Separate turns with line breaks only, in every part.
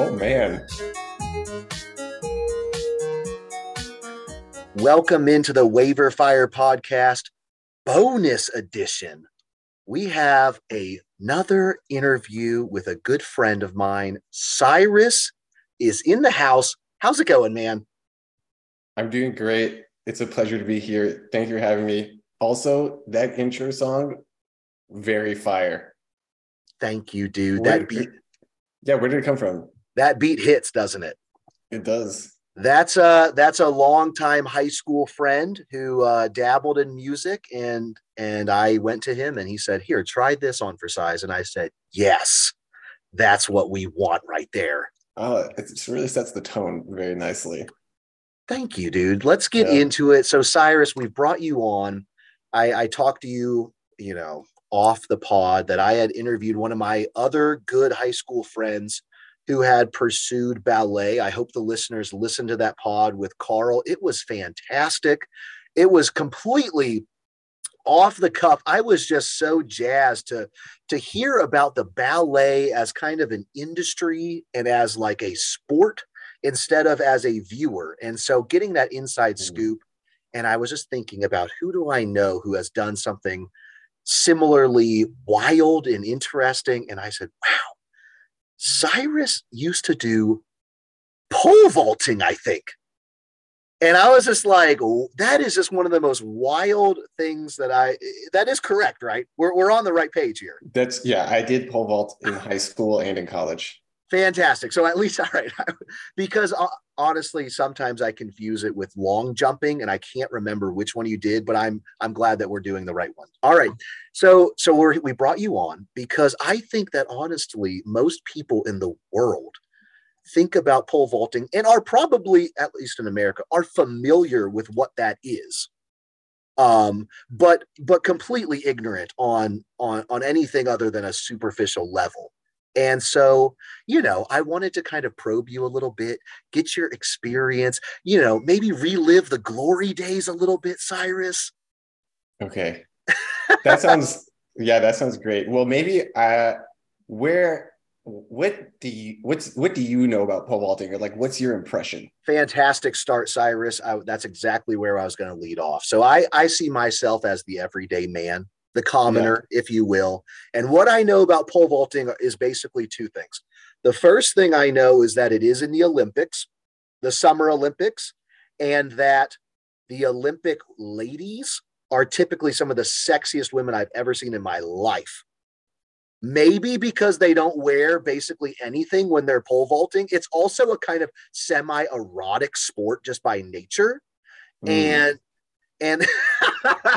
Oh man.
Welcome into the Waiver Fire Podcast bonus edition. We have a- another interview with a good friend of mine. Cyrus is in the house. How's it going, man?
I'm doing great. It's a pleasure to be here. Thank you for having me. Also, that intro song, very fire.
Thank you, dude.
Where-
That beat
Yeah, where did it come from?
that beat hits, doesn't it?
It does.
That's a that's a longtime high school friend who uh, dabbled in music, and and I went to him and he said, "Here, try this on for size," and I said, "Yes, that's what we want right there."
Oh, it just really sets the tone very nicely.
Thank you, dude. Let's get
Yeah.
into it. So, Cyrus, we've brought you on. I, I talked to you, you know, off the pod that I had interviewed one of my other good high school friends who had pursued ballet. I hope the listeners listened to that pod with Carl. It was fantastic. It was completely off the cuff. I was just so jazzed to to hear about the ballet as kind of an industry and as like a sport instead of as a viewer. And so getting that inside
Mhm.
scoop. And I was just thinking about who do I know who has done something similarly wild and interesting. And I said, wow, Cyrus used to do pole vaulting, I think. And I was just like, "Oh, that is just one of the most wild things that I, eh, that is correct, right? We're, we're on the right page here.
That's yeah, I did pole vault in high school and in college.
Fantastic. So at least, all right, because uh, honestly, sometimes I confuse it with long jumping, and I can't remember which one you did. But I'm I'm glad that we're doing the right one. All right, so so we we brought you on because I think that honestly, most people in the world think about pole vaulting and are probably, at least in America, are familiar with what that is. Um, but but completely ignorant on on on anything other than a superficial level. And so, you know, I wanted to kind of probe you a little bit, get your experience, you know, maybe relive the glory days a little bit, Cyrus.
Okay. That sounds yeah, that sounds great. Well, maybe uh where what do you what's what do you know about pole vaulting or like what's your impression?
Fantastic start, Cyrus. I, that's exactly where I was going to lead off. So I, I see myself as the everyday man, the commoner, if you will. And what I know about pole vaulting is basically two things. The first thing I know is that it is in the Olympics, the Summer Olympics, and that the Olympic ladies are typically some of the sexiest women I've ever seen in my life. Maybe because they don't wear basically anything when they're pole vaulting. It's also a kind of semi erotic sport just by nature.
Mm,
And and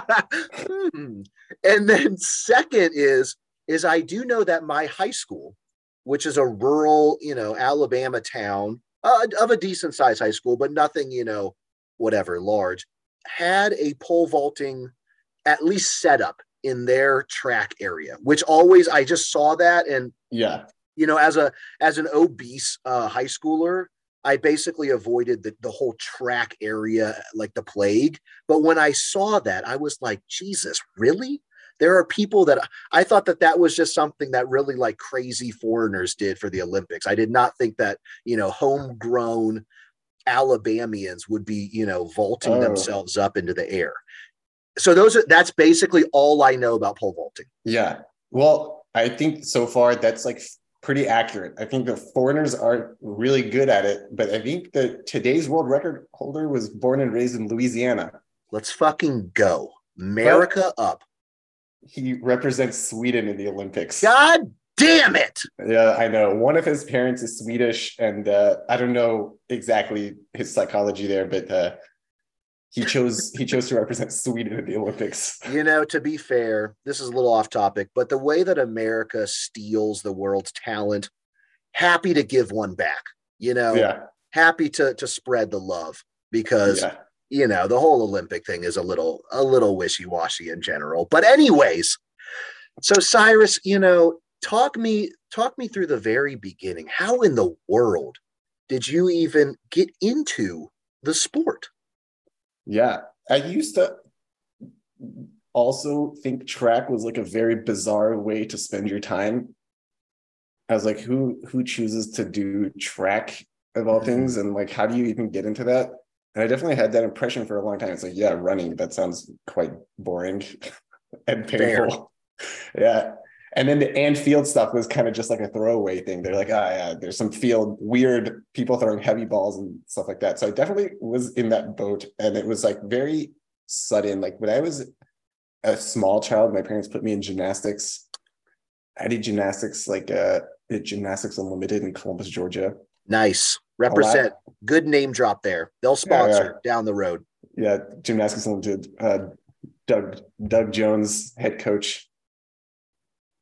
Hmm. and then second is is I do know that my high school, which is a rural, you know, Alabama town uh, of a decent size high school, but nothing, you know, whatever large, had a pole vaulting at least set up in their track area, which always I just saw that and
yeah.
you know as a as an obese uh, high schooler i basically avoided the, the whole track area like the plague but when i saw that i was like jesus really there are people that i thought that that was just something that really like crazy foreigners did for the olympics i did not think that you know homegrown alabamians would be you know vaulting
Oh.
themselves up into the air so those are that's basically all i know about pole vaulting
Yeah. Well, I think so far that's like pretty accurate. I think the foreigners are really good at it, but I think that today's world record holder was born and raised in Louisiana.
let's fucking go america up
He represents Sweden in the Olympics.
God damn it.
Yeah, I know. One of his parents is Swedish, and uh, I don't know exactly his psychology there, but uh, he chose he chose to represent Sweden in the Olympics.
You know, to be fair, this is a little off topic, but the way that America steals the world's talent, happy to give one back, you know,
Yeah,
happy to to spread the love because
yeah,
you know the whole olympic thing is a little a little wishy-washy in general but anyways so cyrus you know talk me talk me through the very beginning how in the world did you even get into the sport
yeah. I used to also think track was like a very bizarre way to spend your time. I was like, who who chooses to do track of all things, and like, how do you even get into that? And I definitely had that impression for a long time. It's like, yeah, running that sounds quite boring and painful. yeah. And then the and field stuff was kind of just like a throwaway thing. They're like, ah, yeah, there's some field weird people throwing heavy balls and stuff like that. So I definitely was in that boat, and it was like very sudden. Like when I was a small child, my parents put me in gymnastics. I did gymnastics like uh, at Gymnastics Unlimited in Columbus, Georgia.
Nice. Represent. Good name drop there. They'll sponsor down the road.
Yeah, Gymnastics Unlimited. Uh, Doug Doug Jones, head coach.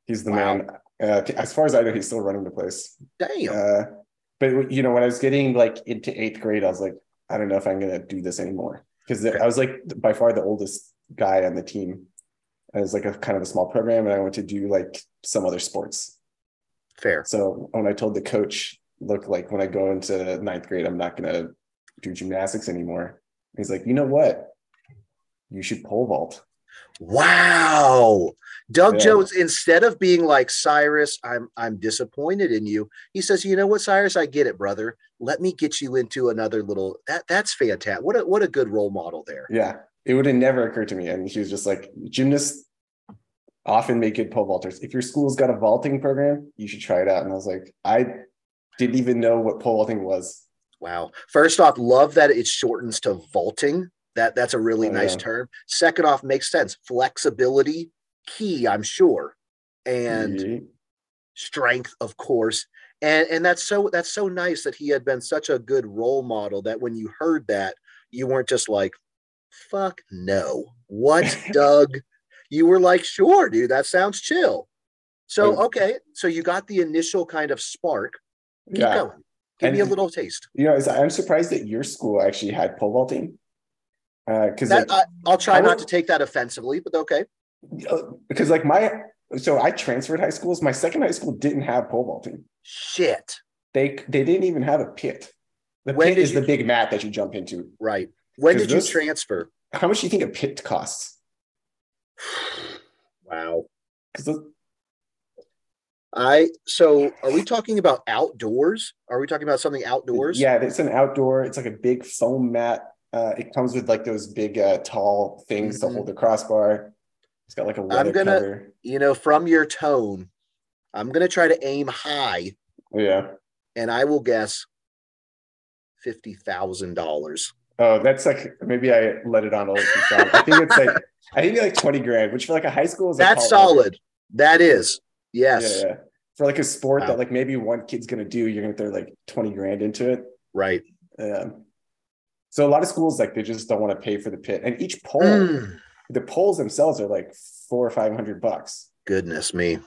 He's the
Wow.
man. Uh, as far as I know, he's still running the place.
Damn.
Uh, but you know, when I was getting like into eighth grade, I was like, I don't know if I'm gonna do this anymore because I was like by far the oldest guy on the team. It was like a kind of a small program, and I went to do like some other sports.
Fair.
So when I told the coach, look, like when I go into ninth grade, I'm not gonna do gymnastics anymore. He's like, you know what? You should pole vault.
Wow. Doug
Yeah.
Jones, instead of being like Cyrus, I'm I'm disappointed in you. He says, you know what, Cyrus, I get it, brother. Let me get you into another little that that's fantastic. What a what a good role model there.
Yeah, it would have never occurred to me. And he was just like, gymnasts often make good pole vaulters. If your school's got a vaulting program, you should try it out. And I was like, I didn't even know what pole vaulting was.
Wow. First off, love that it shortens to vaulting. That that's a really
Oh,
nice
yeah.
term. Second off, makes sense. Flexibility, key, I'm sure. And strength of course and and that's so that's so nice that he had been such a good role model that when you heard that you weren't just like fuck no what doug you were like sure dude that sounds chill so
Oh.
okay so you got the initial kind of spark keep
yeah,
going give me a
And-
little taste
you know, it's- I'm surprised that your school actually had pole vaulting. uh, Because
that, I, i'll try
I
not
will-
to take that offensively but okay
because like my so I transferred high schools. My second high school didn't have pole vaulting.
shit
They they didn't even have a pit. The
When
pit
did
is
you-
the big mat that you jump into.
right when
'Cause
did you
this-
transfer
How much do you think a pit costs?
wow
Because
i so are we talking about outdoors are we talking about something outdoors
yeah, it's an outdoor. It's like a big foam mat. Uh, it comes with like those big uh, tall things
Mhm.
to hold the crossbar. It's got like a leather
gonna-
cover.
you know, from your tone, I'm going to try to aim high
Yeah.
and I will guess $50,000.
Oh, that's like maybe I let it on old. too strong. I think it's like I think like twenty grand, which for like a high school is a
That's
tall order.
solid. That is. Yes.
Yeah, yeah. For like a sport
Wow.
that like maybe one kid's gonna do, you're gonna throw like 20 grand into it.
Right.
Um, so a lot of schools like they just don't want to pay for the pit. And each pole,
Mm,
the poles themselves are like four or five hundred bucks,
goodness me.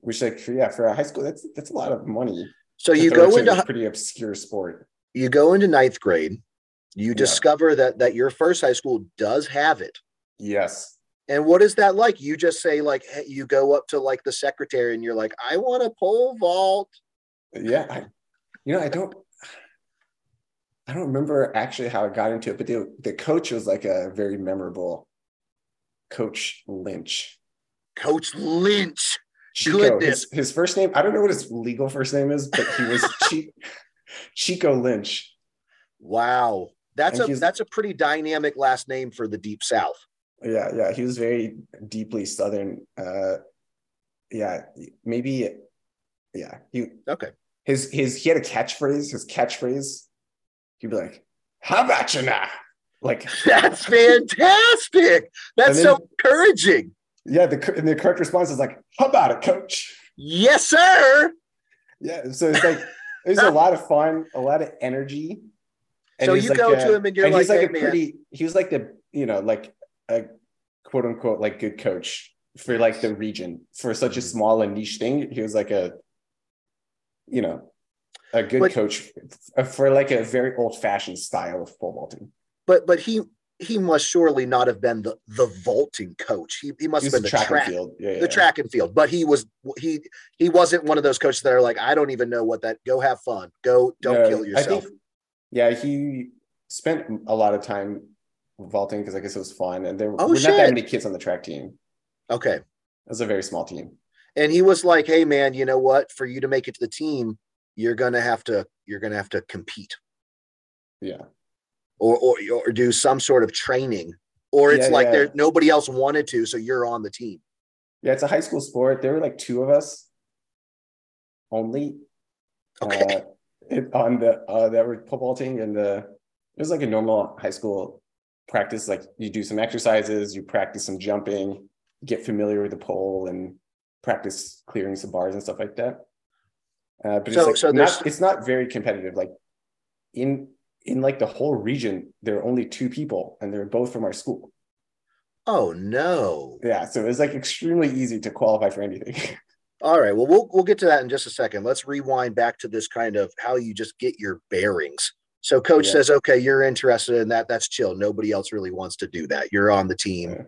which like for, yeah, for a high school, that's that's a lot of money.
So you
to throw
go
to
into
a pretty obscure sport.
you go into ninth grade, you discover that that your first high school does have it.
Yes.
And what is that like? You just say like hey, you go up to like the secretary and you're like, I want a pole vault.
Yeah. I, you know, I don't I don't remember actually how I got into it, but the the coach was like a very memorable coach Lynch.
Coach Lynch.
Chico.
Goodness.
His, his first name, I don't know what his legal first name is, but he was Chi- Chico Lynch.
Wow. That's
And
a
he's-
that's a pretty dynamic last name for the deep south.
Yeah, yeah. He was very deeply Southern. Uh, yeah, maybe. Yeah, he
Okay.
his his he had a catchphrase. His catchphrase, he'd be like, "How about you now?" Like,
That's fantastic. That's
And
so
then-
encouraging.
yeah. The cor- and the correct response is like, "How about it, coach?"
Yes, sir.
Yeah. So it's like it was a lot of fun, a lot of energy.
So
he's
you go to
a-
him and you're
and he's like
like, "Hey,
a
man."
pretty. He was like the you know like a quote unquote like good coach for like the region for such a
Mhm.
small and niche thing. He was like a you know a good
But-
coach f- for like a very old fashioned style of pole vaulting.
But but he he must surely not have been the the vaulting coach. He, he must
He was a
have been the
track,
track,
and field. Yeah,
the
yeah.
track and field. But he was he he wasn't one of those coaches that are like, I don't even know what that. Go have fun. Go don't
No,
kill yourself.
yeah, he spent a lot of time vaulting because I guess it was fun, and there
Oh,
were not that
shit.
many kids on the track team.
okay.
It was a very small team.
and he was like, "Hey, man, you know what? For you to make it to the team, you're gonna have to you're gonna have to compete,
Yeah.
or or, or do some sort of training, or it's
Yeah,
like
yeah.
there nobody else wanted to, so you're on the team."
Yeah, it's a high school sport. There were like two of us only
Okay,
uh, it, on the uh, that were football team, and the it was like a normal high school practice. Like you do some exercises, you practice some jumping, get familiar with the pole, and practice clearing some bars and stuff like that. Uh, but
So-
it's like
so there's-
not, it's not very competitive. Like in in like the whole region, there are only two people, and they're both from our school.
oh no.
Yeah, so it was like extremely easy to qualify for anything.
All right. Well, we'll we'll get to that in just a second. Let's rewind back to this kind of how you just get your bearings. So coach
Yeah.
says, "Okay, you're interested in that. That's chill. Nobody else really wants to do that. You're on the team."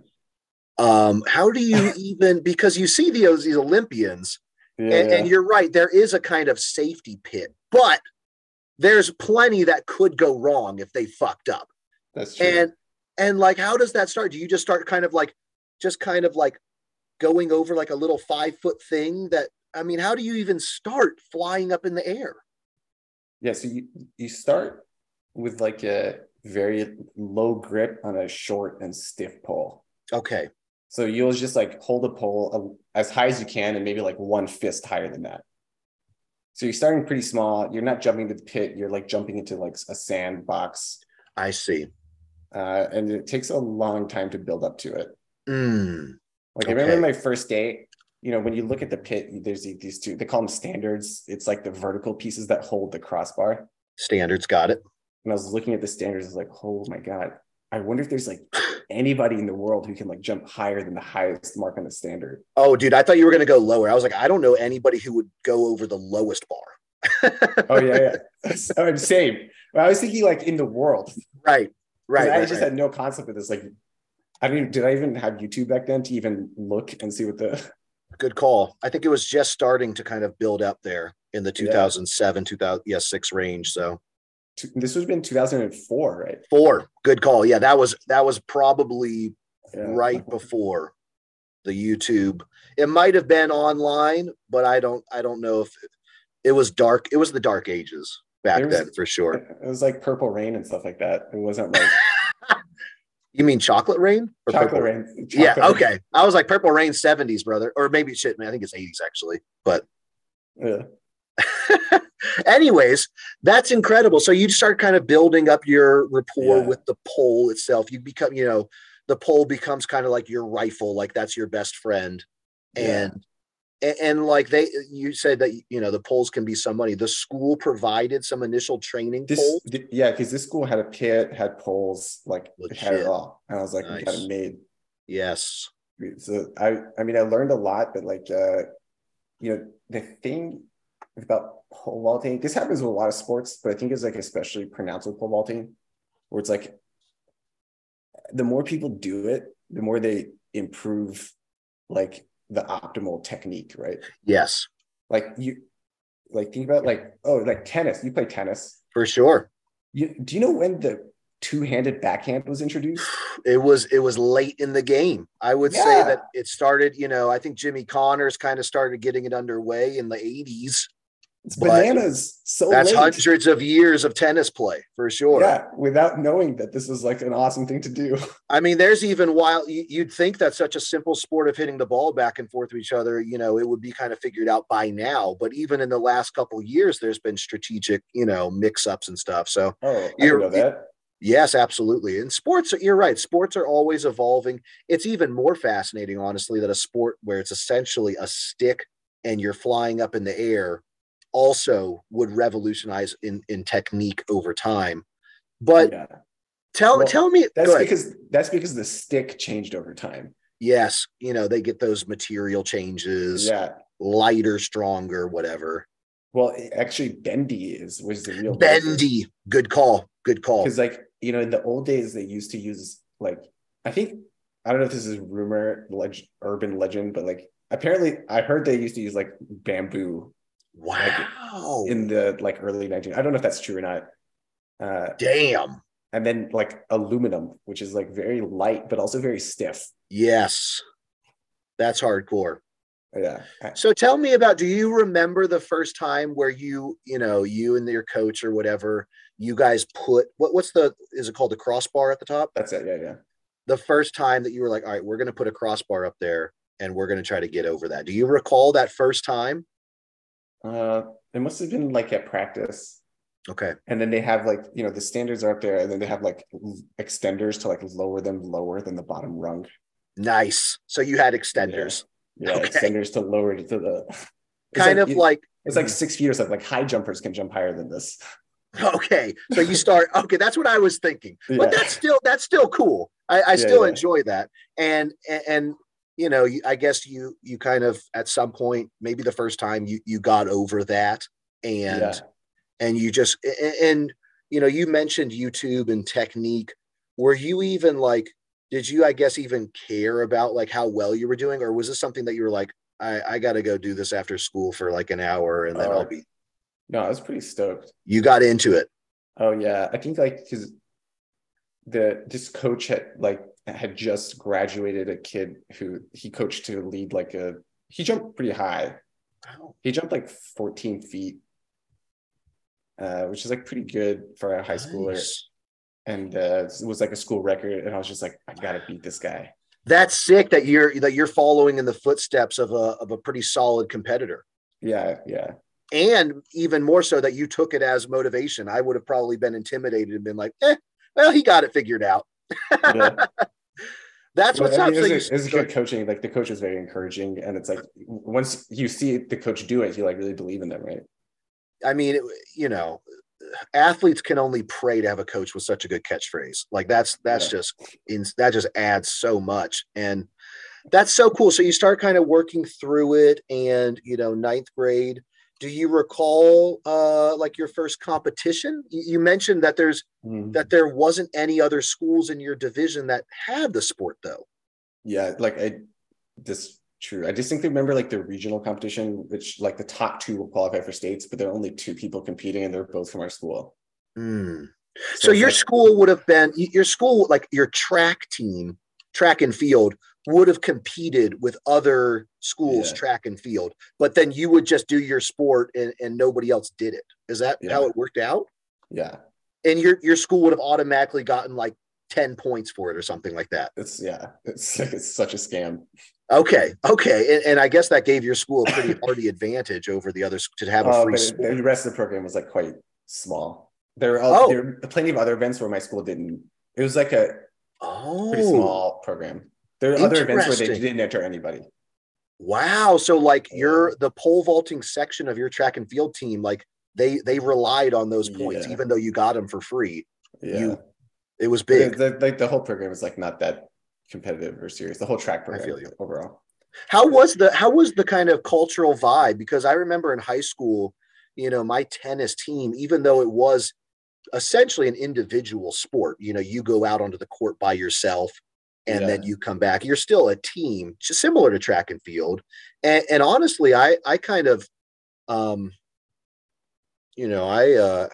Um, how do you even because you see those these Olympians
yeah,
and, and you're right, there is a kind of safety pit, but there's plenty that could go wrong if they fucked up.
that's true.
And and like how does that start? Do you just start kind of like just kind of like going over like a little five foot thing that I mean, how do you even start flying up in the air?
Yeah, so you you start with like a very low grip on a short and stiff pole.
Okay.
So you'll just like hold a pole uh, as high as you can and maybe like one fist higher than that. So you're starting pretty small. You're not jumping to the pit. You're like jumping into like a sandbox,
I see.
uh, and it takes a long time to build up to it.
Mm,
Like I
Okay.
remember my first day, you know, when you look at the pit, there's these two. They call them standards. It's like the vertical pieces that hold the crossbar.
standards got it.
and I was looking at the standards, I was like, oh my God, I wonder if there's like anybody in the world who can like jump higher than the highest mark on the standard.
Oh, dude, I thought you were gonna go lower. I was like, I don't know anybody who would go over the lowest bar.
Oh yeah, yeah. so I'm same. But I was thinking like in the world. 'cause
right. Right.
I
right,
just
right.
had no concept of this. Like, I mean, did I even have YouTube back then to even look and see what the
Good call. I think it was just starting to kind of build up there in the
Yeah.
2007, 2000, yeah, six range. So
this would have been 2004, right?
four. Good call. Yeah, that was that was probably
Yeah.
right before the YouTube. It might have been online, but I don't I don't know if it, was dark. It was the dark ages back
There was-
then for sure.
It was like Purple Rain and stuff like that. It wasn't like
You mean chocolate rain or
Chocolate
purple
Rain. Chocolate
Yeah,
Rain.
okay. I was like purple rain 70s, brother. Or maybe shit, man. I think it's 80s actually. But
Yeah.
anyways, that's incredible. So you start kind of building up your rapport
Yeah.
with the pole itself. You become, you know, the pole becomes kind of like your rifle, like that's your best friend.
Yeah.
And and, and like they you said that you know the poles can be some money. The school provided some initial training
This,
pole.
th- yeah, because this school had a pit, had poles, like it had
Legit.
it all, and I was like, we got
Nice.
it made.
Yes.
so I I mean I learned a lot, but like uh you know the thing about pole vaulting, this happens with a lot of sports, but I think it's like especially pronounced with pole vaulting, where it's like the more people do it, the more they improve like the optimal technique, right?
Yes,
Like you like think about like oh like tennis, you play tennis.
for sure.
You do you know when the two-handed backhand was introduced?
It was it was late in the game. I would say
Yeah.
that it started, you know, I think Jimmy Connors kind of started getting it underway in the 80s.
It's
But
bananas. So
That's
late.
hundreds of years of tennis play for sure.
Oh, Yeah, without knowing that this was like an awesome thing to do.
I mean, there's even while you- you'd think that such a simple sport of hitting the ball back and forth to each other, you know, it would be kind of figured out by now. But even in the last couple years, there's been strategic, you know, mix-ups and stuff. So
Oh, I
You're-
didn't know that.
Yes, absolutely. And sports, are- you're right. Sports are always evolving. It's even more fascinating, honestly, that a sport where it's essentially a stick and you're flying up in the air also would revolutionize in, in technique over time. But
Yeah.
tell
Well,
tell me,
that's
go ahead.
because that's because the stick changed over time.
yes, you know, they get those material changes,
Yeah.
lighter, stronger, whatever.
Well, it- actually, bendy is was the real
Bendy. Good call. Good call.
because, like, you know, in the old days, they used to use like I think I don't know if this is rumor, leg- urban legend, but like apparently I heard they used to use like bamboo
Wow.
in the like early 19. I don't know if that's true or not. Uh,
Damn.
and then like aluminum, which is like very light but also very stiff.
Yes. That's hardcore.
yeah. I-
So tell me about do you remember the first time where you, you know, you and your coach or whatever, you guys put what what's the is it called the crossbar at the top?
That's it. Yeah, yeah.
The first time that you were like, all right, we're gonna put a crossbar up there and we're gonna try to get over that. Do you recall that first time?
Uh, it must have been like at practice.
Okay.
And then they have like, you know, the standards are up there, and then they have like l- extenders to like lower them lower than the bottom rung.
Nice. So you had extenders.
Yeah,
Okay.
extenders to lower it to the it's
Kind of
you-
like
it's like six feet or something. Like high jumpers can jump higher than this.
Okay, so you start. Okay, that's what I was thinking.
Yeah.
But that's still that's still cool. I, I
Yeah,
still
yeah.
enjoy that. And and, and you know, you, I guess you you kind of at some point, maybe the first time you you got over that, and
Yeah.
and you just a- a- and you know, you mentioned YouTube and technique. Were you even like? Did you, I guess, even care about like how well you were doing, or was this something that you were like, I, I got to go do this after school for like an hour, and then
Oh.
I'll be.
No, I was pretty stoked.
You got into it.
Oh yeah, I think like because the this coach had like had just graduated a kid who he coached to lead like a he jumped pretty high. He jumped like 14 feet, uh, which is like pretty good for a high schooler,
Nice.
and uh, it was like a school record. And I was just like, I gotta beat this guy.
that's sick that you're that you're following in the footsteps of a of a pretty solid competitor
Yeah, yeah,
and even more so that you took it as motivation i would have probably been intimidated and been like eh, well he got it figured out
yeah.
that's what's
uh, Well, I
up
mean,
so
it
you,
was, a- it was good coaching. Like the coach was very encouraging, and it's like once you see the coach do it, you like really believe in them, right?
i mean it- you know athletes can only pray to have a coach with such a good catchphrase like that's that's
Yeah.
just in, that just adds so much and that's so cool so you start kind of working through it and you know ninth grade do you recall uh like your first competition you, you mentioned that there's
Mhm.
that there wasn't any other schools in your division that had the sport though
Yeah, like I this true. I distinctly remember like the regional competition, which like the top two will qualify for states, but there are only two people competing and they're both from our school.
Hmm.
So,
so
it's
your
like-
school would have been y- your school like your track team track and field would have competed with other schools
Yeah.
track and field but then you would just do your sport and, and nobody else did it is that how
Yeah.
it worked out
yeah,
and your your school would have automatically gotten like 10 points for it or something like that
it's yeah, it's like it's such a scam.
okay okay and, and i guess that gave your school a pretty hearty advantage over the others to have a
Uh,
free
but
sport
the rest of the program was like quite small. There were,
Oh.
there were plenty of other events where my school didn't. It was like a
oh
pretty small program. There are other events where they
Interesting.
didn't enter anybody.
wow so like
Yeah.
your the pole vaulting section of your track and field team like they they relied on those points
Yeah.
even though you got them for free
Yeah,
You it was
The-
big
the- like the whole program was like not that competitive or serious. The whole track program
feel you.
overall.
how was the how was the kind of cultural vibe because i remember in high school you know my tennis team even though it was essentially an individual sport you know you go out onto the court by yourself and then you come back you're still a team just similar to track and field and, and honestly i i kind of um you know i uh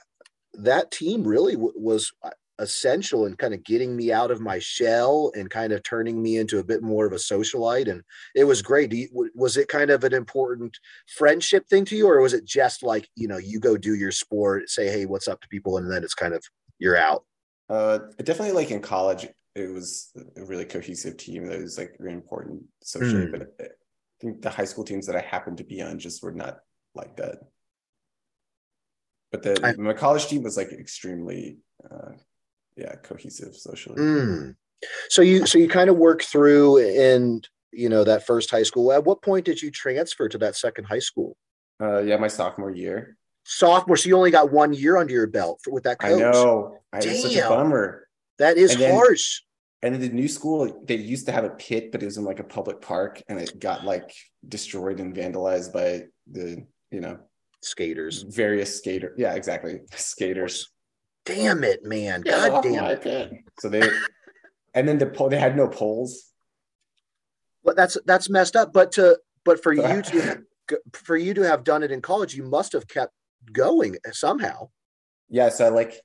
that team really w- was uh, essential in kind of getting me out of my shell and kind of turning me into a bit more of a socialite and it was great Do you, w- was it kind of an important friendship thing to you or was it just like you know you go do your sport say hey what's up to people and then it's kind of you're out
Uh, definitely like in college, it was a really cohesive team that was like really important socially.
Mm.
But I think the high school teams that I happened to be on just were not like that. But the
I-
my college team was like extremely, uh, yeah, cohesive socially.
Mm. So you so you kind of work through and you know that first high school. At what point did you transfer to that second high school?
Uh, yeah, my sophomore year.
Sophomore, so you only got one year under your belt for, with that coach.
I know. I was such a
Damn.
bummer.
That is
And then-
harsh.
And then the new school, they used to have a pit, but it was in like a public park, and it got like destroyed and vandalized by the you know
Skaters.
various skater yeah exactly skaters
Damn it, man.
Get
Oh God
off
damn
my
it.
pit. so they and then the pole they had no poles
But that's that's messed up. But to but for
So-
you to have- for you to have done it in college, you must have kept going somehow.
yeah so I like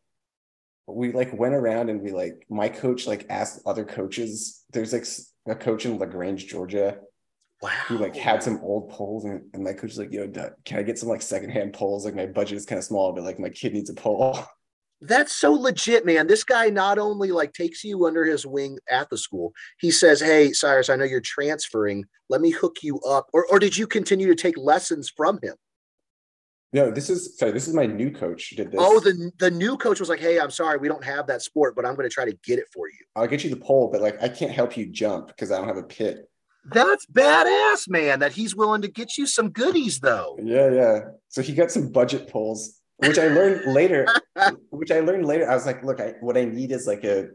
we like went around and we like my coach like asked other coaches there's like s- a coach in lagrange georgia
Wow.
who like had some old poles and, and my coach was like, yo, Doug, can I get some like secondhand poles? Like my budget is kind of small, but like my kid needs a pole.
That's so legit, man. This guy not only like takes you under his wing at the school, he says, Hey, Cyrus, I know you're transferring. Let me hook you up. Or, or did you continue to take lessons from him?
no, this is sorry, this is my new coach who did this.
Oh, the, the new coach was like, Hey, I'm sorry, we don't have that sport, but I'm going to try to get it for you.
I'll get you the pole, but like I can't help you jump because I don't have a pit.
That's badass, man, that he's willing to get you some goodies, though.
Yeah, yeah. So he got some budget poles, which I learned later. Which I learned later. I was like, look, I what I need is like a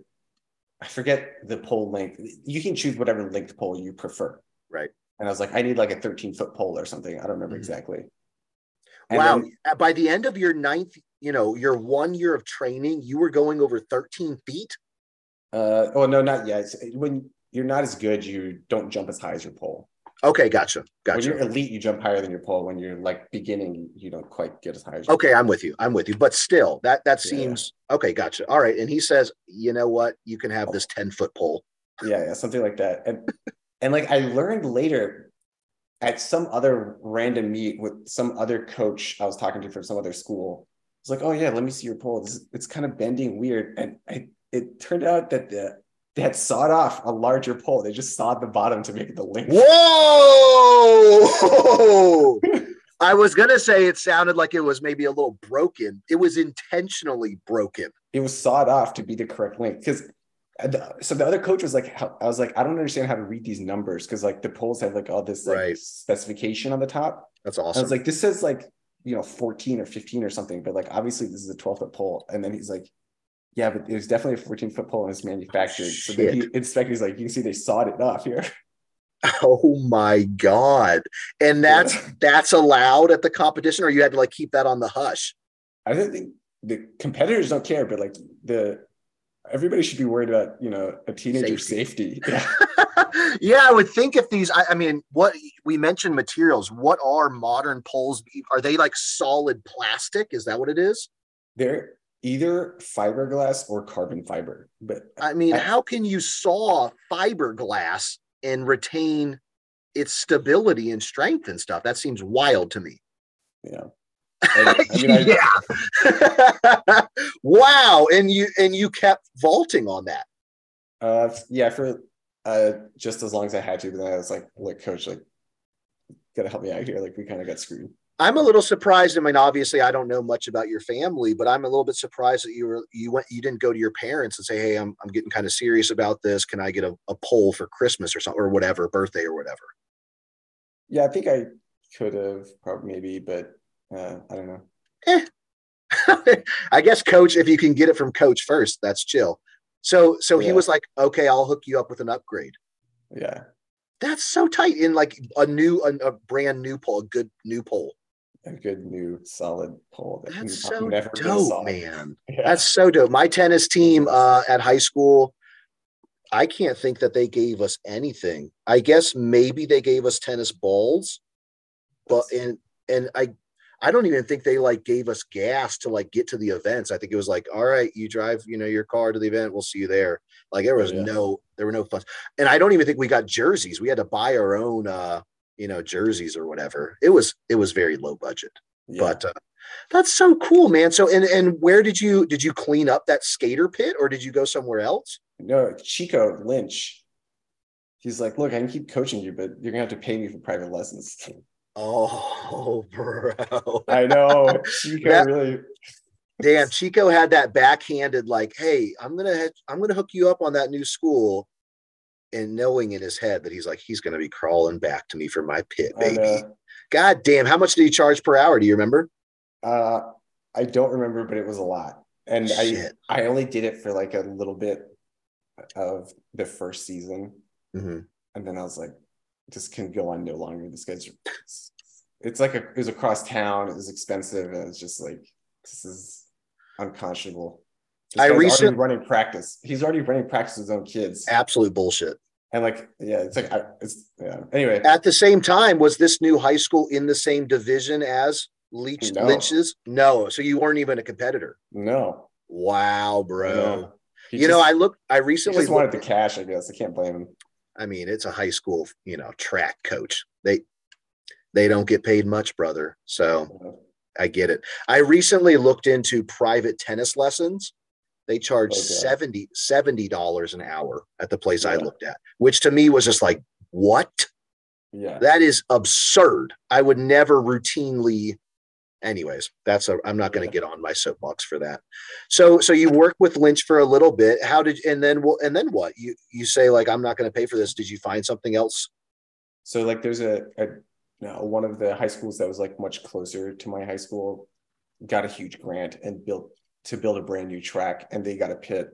I forget the pole length. You can choose whatever length pole you prefer.
Right.
And I was like, I need like a 13 foot pole or something. I don't remember
Mhm.
exactly. And
Wow.
then-
Uh, By the end of your ninth, you know, your one year of training, you were going over 13 feet.
uh oh no, not yet. It's- When you're not as good, you don't jump as high as your pole.
Okay, gotcha.
When you're
Gotcha.
elite, you jump higher than your pole. When you're like beginning, you don't quite get as high as your
Okay, I'm with you. I'm with you. But still, that that
Yeah, yeah.
seems okay, gotcha. All right. And he says, you know what? You can have this 10 foot pole.
yeah, yeah something like that and and like i learned later at some other random meet with some other coach i was talking to from some other school it's like oh yeah let me see your pole this, it's kind of bending weird and I, it turned out that the they had sawed off a larger pole they just sawed the bottom to make the length
Whoa! I was gonna say it sounded like it was maybe a little broken. It was intentionally broken.
it was sawed off to be the correct length because so the other coach was like how- i was like i don't understand how to read these numbers because like the poles have like all this like
Right.
specification on the top
That's
I
awesome.
was like, this says like, you know, 14 or 15 or something, but like, obviously this is a 12 foot pole. And then he's like, yeah, but it was definitely a 14 foot pole and it's manufactured. so then he inspected, he's like, you can see they sawed it off here.
oh my god. And that's
Yeah.
that's allowed at the competition, or you had to like keep that on the hush.
I don't think the competitors don't care, but like the, everybody should be worried about, you know, a teenager's safety. Yeah.
yeah, I would think if these I, I mean, what we mentioned materials, what are modern poles? Are they like solid plastic? Is that what it is?
They're either fiberglass or carbon fiber, but
I mean,
I-
how can you saw fiberglass and retain its stability and strength and stuff? That seems wild to me.
you know, I, I mean, I,
yeah. wow. And you and you kept vaulting on that.
Uh, yeah, for uh, just as long as I had to. But then I was like, "Look, coach, like, gotta help me out here. Like, we kind of got screwed."
I'm a little surprised. I mean, obviously, I don't know much about your family, but I'm a little bit surprised that you were you went you didn't go to your parents and say, "Hey, I'm I'm getting kind of serious about this. Can I get a, a poll for Christmas or something or whatever, birthday or whatever?"
Yeah, I think I could have probably maybe, but uh, I don't know.
I guess coach, if you can get it from coach first, that's chill. So so he
Yeah.
was like, okay, I'll hook you up with an upgrade.
Yeah,
That's so tight in like a new a, a brand new pole, a good new pole.
a good new solid pole that
That's
n-
so
never been
dope,
solved.
man.
Yeah.
That's so dope. My tennis team uh, at high school, I can't think that they gave us anything. I guess maybe they gave us tennis balls, but and and I I don't even think they like gave us gas to like get to the events. I think it was like, all right, you drive, you know, your car to the event. We'll see you there. Like there was
Yeah.
no, there were no funds, and I don't even think we got jerseys. We had to buy our own, uh, you know, jerseys or whatever. It was it was very low budget
Yeah.
but uh, that's so cool man so and and where did you did you clean up that skater pit or did you go somewhere else
no, Chico Lynch. He's like, look, I can keep coaching you, but you're gonna have to pay me for private lessons.
oh bro
I know Chico
That-
really.
damn chico had that backhanded like hey i'm gonna head- i'm gonna hook you up on that new school and knowing in his head that he's like he's gonna be crawling back to me for my pit
I know.
baby god damn how much did he charge per hour do you remember
Uh, I don't remember, but it was a lot, and
Shit.
I I only did it for like a little bit of the first season,
Mhm.
and then I was like, this can go on no longer. This guy's it's like a it was across town. It was expensive, and it's just like this is unconscionable. This
I
guy's already
recent-
running practice. He's already running practice with his own kids,
absolute bullshit
and like yeah, it's like I, it's yeah. Anyway,
at the same time, was this new high school in the same division as Leech
No.
Lynch's? No. So you weren't even a competitor.
no,
Wow, bro.
no. He
you know,
just-
I looked I
he
recently
just wanted
looked,
the cash. I guess I can't blame him.
I mean, it's a high school, you know, track coach. They they don't get paid much, brother. So I get it. I recently looked into private tennis lessons. They charge
Oh, God.
seventy seventy dollars an hour at the place I
Yeah.
looked at, which to me was just like, what?
Yeah.
That is absurd. I would never routinely. Anyways, that's a, I'm not going to get on my soapbox for that. So, so you work with Lynch for a little bit. How did and then well and then what? You you say like I'm not going to pay for this. Did you find something else?
So like there's a, a you know, one of the high schools that was like much closer to my high school got a huge grant and built to build a brand new track and they got a pit.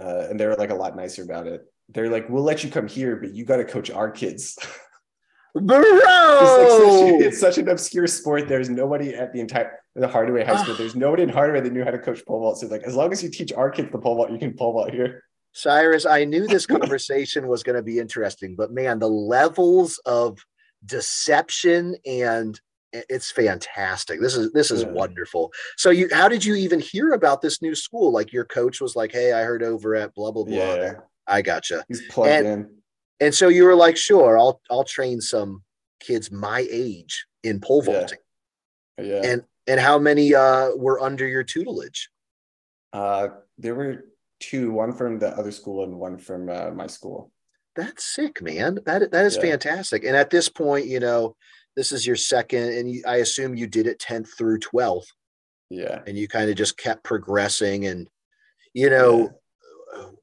Uh, and they were like a lot nicer about it. They're like, we'll let you come here, but you got to coach our kids.
Bro,
it's, like
Oh!
such, it's such an obscure sport. There's nobody at the entire the Hardaway High School.
Ah.
There's nobody in Hardaway that knew how to coach pole vault. So like, as long as you teach our kids the pole vault, you can pole vault here.
Cyrus, I knew this conversation was going to be interesting, but man, the levels of deception and i- it's fantastic. This is this is
Yeah.
wonderful. So you how did you even hear about this new school? Like your coach was like, "Hey, I heard over at blah blah blah."
Yeah,
I gotcha.
he's plugged
And-
in.
And so you were like, "Sure, I'll I'll train some kids my age in pole
Yeah.
vaulting."
Yeah.
And how many uh were under your tutelage?
Uh, there were two, one from the other school and one from uh, my school.
That's sick, man. That that is
Yeah.
fantastic. And at this point, you know, this is your second, and you, I assume you did it tenth through twelfth,
Yeah.
and you kind of just kept progressing. And you know,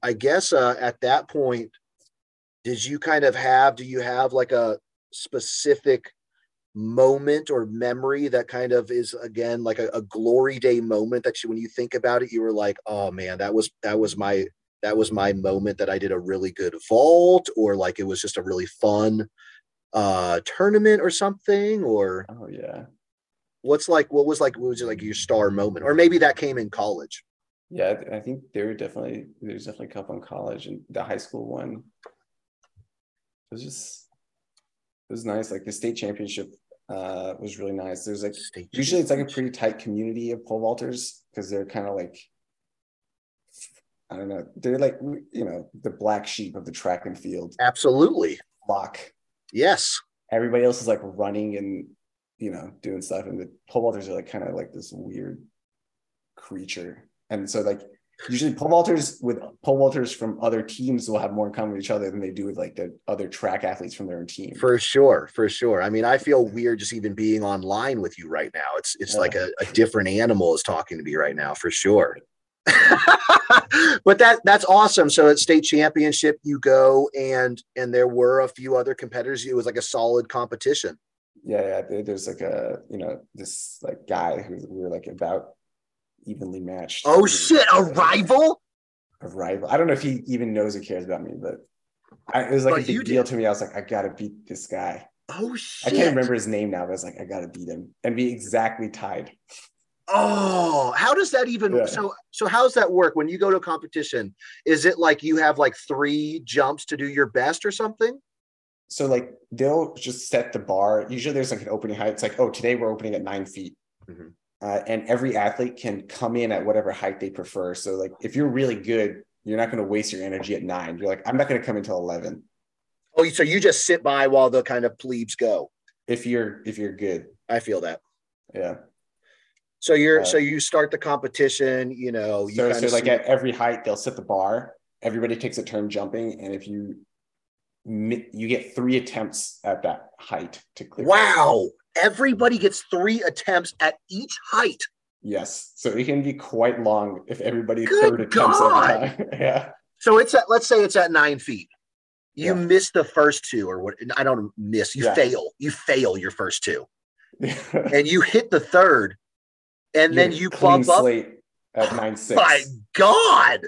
I guess uh, at that point, did you kind of have? Do you have like a specific moment or memory that kind of is again like a, a glory day moment that you, when you think about it, you were like, oh man, that was that was my that was my moment that I did a really good vault, or like it was just a really fun uh tournament or something, or
Oh yeah.
what's like what was like what was like your star moment, or maybe that came in college.
Yeah. I th- I think there were definitely there's definitely a couple in college and the high school one. It was just it was nice. Like the state championship uh was really nice. There's like
State
usually it's like a
championships.
pretty tight community of pole vaulters because they're kind of like I don't know. They're like you know the black sheep of the track and field
absolutely
flock.
yes.
everybody else is like running and you know doing stuff and the pole vaulters are like kind of like this weird creature and so like usually pole vaulters with pole vaulters from other teams will have more in common with each other than they do with like the other track athletes from their own team
For sure, for sure. I mean, I feel weird just even being online with you right now. It's it's like a, a different animal is talking to me right now, for sure. but that that's awesome. So at state championship, you go and and there were a few other competitors. It was like a solid competition.
yeah, yeah there- there's like a you know this like guy who we were like about evenly matched
Oh shit, a rival?
a rival i don't know if he even knows or cares about me but I, it was like
But
a big
you
deal to me i was like i gotta beat this guy
Oh
I
shit.
can't remember his name now, but I was like, I gotta beat him and be exactly tied.
Oh, how does that even
Yeah.
so so how's that work when you go to a competition? Is it like you have like three jumps to do your best or something?
So like they'll just set the bar. Usually there's like an opening height. It's like, oh, today we're opening at nine feet.
Mhm.
Uh, and every athlete can come in at whatever height they prefer. So like if you're really good, you're not gonna waste your energy at nine. You're like, I'm not gonna come until eleven.
Oh, so you just sit by while the kind of plebes go.
If you're if you're good.
I feel that.
Yeah.
So you're
Uh,
so you start the competition, you know, you
so
kind
so
of
like at every height, they'll set the bar. Everybody takes a turn jumping. And if you mi- you get three attempts at that height to clear.
wow, everybody gets three attempts at each height.
Yes. So it can be quite long if everybody
Good
third attempts
God.
every time. yeah.
So it's at let's say it's at nine feet. You
Yeah.
miss the first two, or what? I don't miss. You
Yeah.
fail. You fail your first two,
and
and you hit the third, and then you bump up.
slate at nine six.
My God.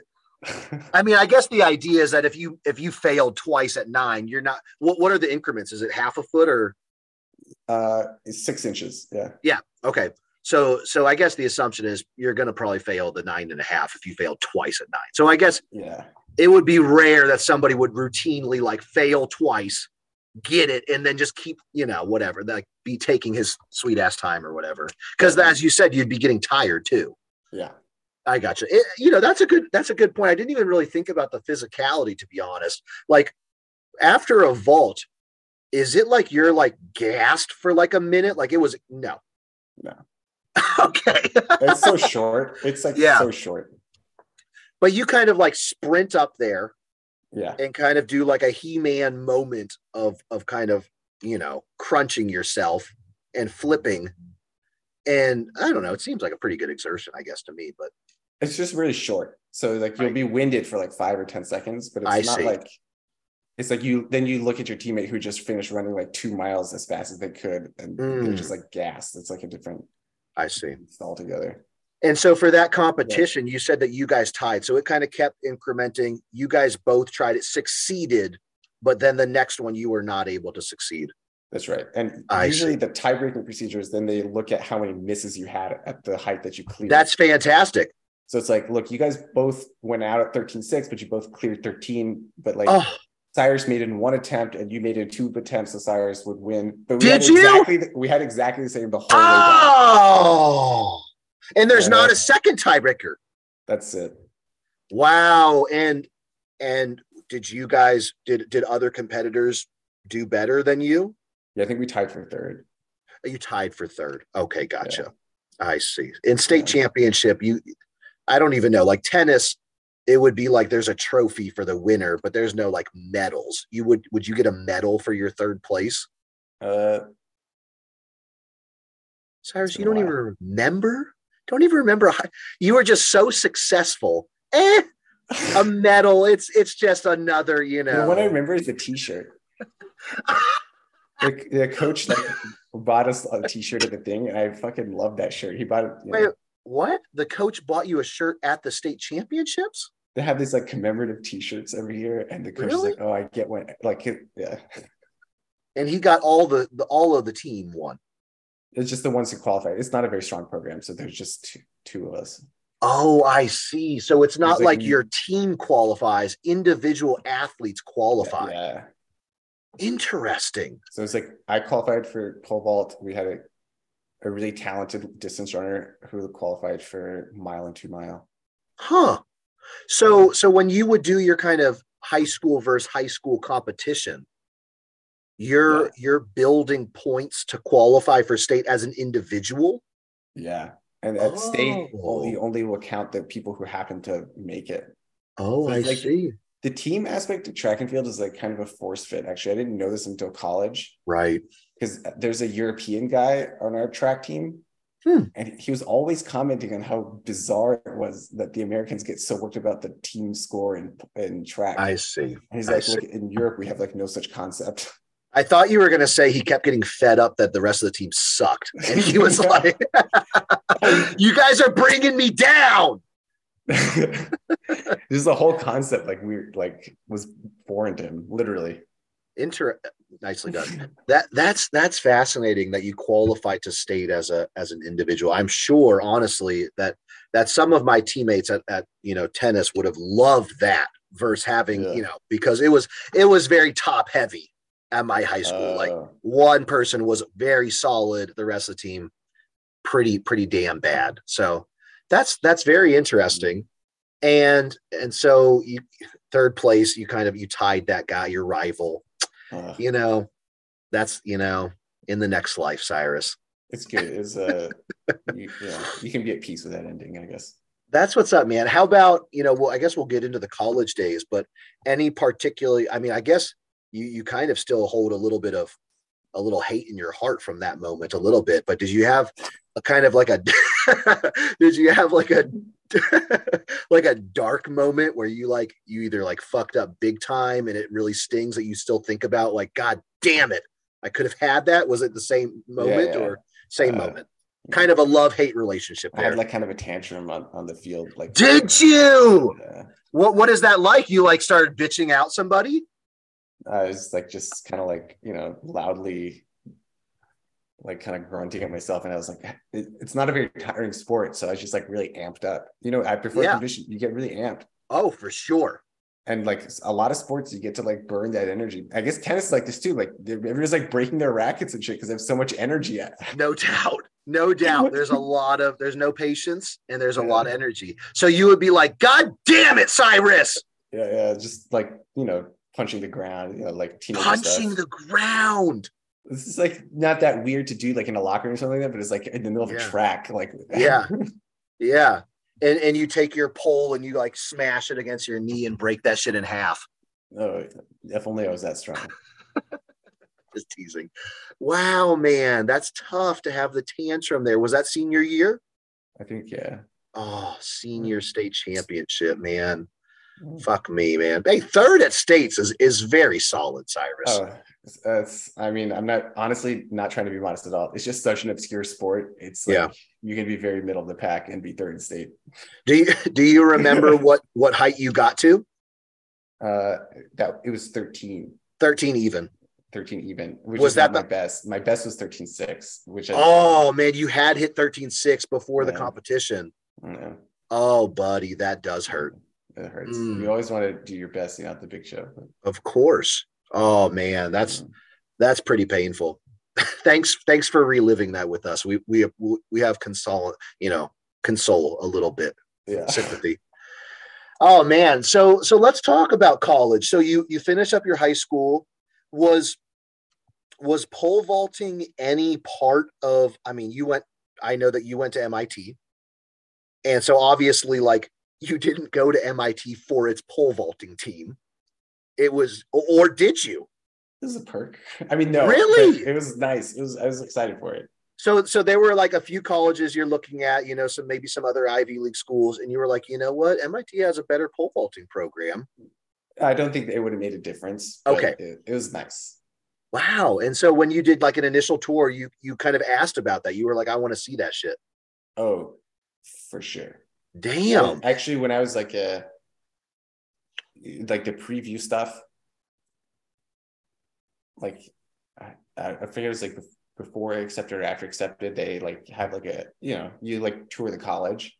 I mean, I guess the idea is that if you if you failed twice at nine, you're not. What what are the increments? Is it half a foot or?
uh it's six inches. Yeah.
Okay. So so I guess the assumption is you're gonna probably fail the nine and a half if you fail twice at nine. So I guess
Yeah.
it would be rare that somebody would routinely like fail twice, get it, and then just keep, you know, whatever, like be taking his sweet ass time or whatever. Because as you said, you'd be getting tired too.
Yeah.
I gotcha. It, you know, that's a good that's a good point. I didn't even really think about the physicality, to be honest. Like after a vault, is it like you're like gassed for like a minute? Like it was no.
No.
okay.
It's so short. It's like
Yeah.
so short.
but you kind of like sprint up there
Yeah.
and kind of do like a He-Man moment of of kind of, you know, crunching yourself and flipping. And I don't know, it seems like a pretty good exertion, I guess, to me, but
It's just really short. So like you'll be winded for like five or ten seconds, but it's
I
not
see.
like it's like you then you look at your teammate who just finished running like two miles as fast as they could and they're
Mm.
just like gassed. It's like a different
I see.
it's all together.
And so for that competition, you said that you guys tied. So it kind of kept incrementing. You guys both tried it, succeeded, but then the next one you were not able to succeed.
That's right. And
I
usually the tie breaking procedure is then they look at how many misses you had at the height that you cleared.
That's fantastic.
so it's like, look, you guys both went out at 13.6, but you both cleared 13. But like
Oh,
Cyrus made it in one attempt and you made it in two attempts, so Cyrus would win. But we
Did
had
you?
exactly the, we had exactly the same the whole way down.
oh. And there's not
Yeah.
a second tiebreaker.
That's it.
Wow. And and did you guys did did other competitors do better than you?
Yeah, I think we tied for third.
You tied for third. Okay, gotcha. I see. In state
Yeah.
championship, you I don't even know. Like tennis, it would be like there's a trophy for the winner, but there's no like medals. You would would you get a medal for your third place?
Uh
Cyrus,
It's
you
been a
don't even remember? Don't even remember. how- You were just so successful. Eh, a medal. It's it's just another, you know.
the one I remember is the t-shirt. the, the coach like bought us a t-shirt at the thing, and I fucking love that shirt. He bought it. you know,
Wait. What? The coach bought you a shirt at the state championships?
they have these like commemorative t-shirts every year, and the coach
Really?
is like, "Oh, I get one." Like, it, yeah,
And he got all the, the all of the team one.
it's just the ones who qualify. It's not a very strong program, so there's just two, two of us.
Oh, I see. So it's not
It's like
like
you-
your team qualifies, individual athletes qualify.
Yeah.
Interesting.
So it's like I qualified for pole vault. We had a, a really talented distance runner who qualified for mile and two mile.
Huh. So so when you would do your kind of high school versus high school competition, you're
Yeah.
you're building points to qualify for state as an individual?
Yeah. And at state,
Oh.
only only will count the people who happen to make it.
Oh,
So
I
it's like-
see.
The team aspect of track and field is like kind of a force fit. Actually, I didn't know this until college
Right.
because there's a European guy on our track team.
Hmm.
And he was always commenting on how bizarre it was that the Americans get so worked about the team score in, in track.
I see.
and he's
I
like,
see.
look, in Europe, we have like no such concept.
I thought you were going to say he kept getting fed up that the rest of the team sucked. And he was like, You guys are bringing me down.
this is the whole concept like weird like was foreign to him literally
Inter- nicely done. That that's that's fascinating that you qualify to state as a as an individual. I'm sure honestly that that some of my teammates at, at you know tennis would have loved that versus having,
Yeah.
you know, because it was it was very top heavy at my high school. like
Uh,
one person was very solid the rest of the team pretty pretty damn bad so that's that's very interesting and and so you third place you kind of you tied that guy your rival
uh,
you know that's you know in the next life cyrus
it's good it's uh you, yeah, you can be at peace with that ending i guess
that's what's up man how about you know well i guess we'll get into the college days but any particularly i mean i guess you you kind of still hold a little bit of a little hate in your heart from that moment a little bit but did you have a kind of like a did you have like a like a dark moment where you like you either like fucked up big time and it really stings that you still think about like god damn it i could have had that was it the same moment
yeah.
or same
Uh,
moment kind of a love hate relationship
i
there
had like kind of a tantrum on, on the field like
did you?
uh,
What What is that like? You like started bitching out somebody?
i was like just kind of like you know loudly like kind of grunting at myself and i was like it, it's not a very tiring sport so i was just like really amped up you know after first
Yeah.
division you get really amped
Oh, for sure.
and like a lot of sports you get to like burn that energy i guess tennis is like this too like they're- everyone's like breaking their rackets and shit because they have so much energy at
No doubt. No doubt. There's a lot of there's no patience and there's a lot of energy. So you would be like, God damn it, Cyrus.
yeah, yeah just like you know punching the ground, you know, like teenage
punching
stuff.
the ground.
This is like not that weird to do like in a locker room or something like that, but it's like in the middle of
Yeah.
a track, like
Yeah. Yeah. And and you take your pole and you like smash it against your knee and break that shit in half.
oh, if only I was that strong.
Just teasing. Wow, man, that's tough to have the tantrum there. Was that senior year?
I think yeah.
Oh,
Mm.
senior state championship, man. Fuck me, man. Hey, third at states is is very solid, Cyrus.
Oh, that's. I mean, I'm not honestly not trying to be modest at all. It's just such an obscure sport. It's like
Yeah.
you can be very middle of the pack and be third in state.
Do you do you remember what what height you got to?
Uh, that it was 13,
13 even.
13 even, which
Was
was that
that
my best. My best was 13 six, which I,
Oh man, you had hit 13.6 before the
Yeah.
competition.
I don't know,
Oh, buddy, that does hurt.
it hurts.
Mm.
You always want to do your best, you know, at the big show.
Of course. Oh man, that's
Um,
that's pretty painful. thanks thanks for reliving that with us. We we we have console, you know, console a little bit
yeah.
sympathy. Oh man, so so let's talk about college. So you you finish up your high school was was pole vaulting any part of I mean, you went I know that you went to MIT. And so obviously like you didn't go to MIT for its pole vaulting team. It was or or did you?
This is a perk. I mean, no,
Really?
but It was nice. It was. I was excited for it.
So so there were like a few colleges you're looking at, you know, some maybe some other Ivy League schools and you were like, "You know what? MIT has a better pole vaulting program."
I don't think that it would have made a difference. but
Okay.
it, it was nice.
Wow. And so when you did like an initial tour, you you kind of asked about that. You were like, I want to see that shit.
Oh, for sure.
Damn.
Um, Actually, when I was like uh like the preview stuff, like I, I I forget it was like bef- before I accepted or after accepted, they like have like a you know you like tour the college.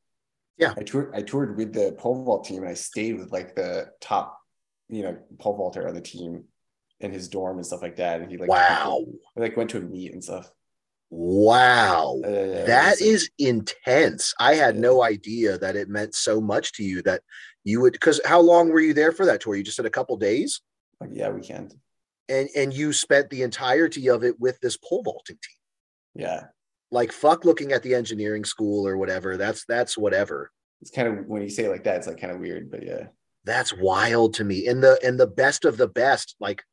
Yeah.
I toured. I toured with the pole vault team, and I stayed with like the top, you know, pole vaulter on the team in his dorm and stuff like that. And he like
Wow.
I, like went to a meet and stuff.
Wow.
Uh, yeah, it
That
was, like,
is intense. I had
Yeah.
no idea that it meant so much to you that you would because how long were you there for that tour? You just said a couple days
like, yeah weekend.
and and you spent the entirety of it with this pole vaulting team.
Yeah,
Like fuck looking at the engineering school or whatever. That's that's whatever.
it's kind of when you say it like that, it's like kind of weird, but yeah.
That's wild to me. And the and the best of the best like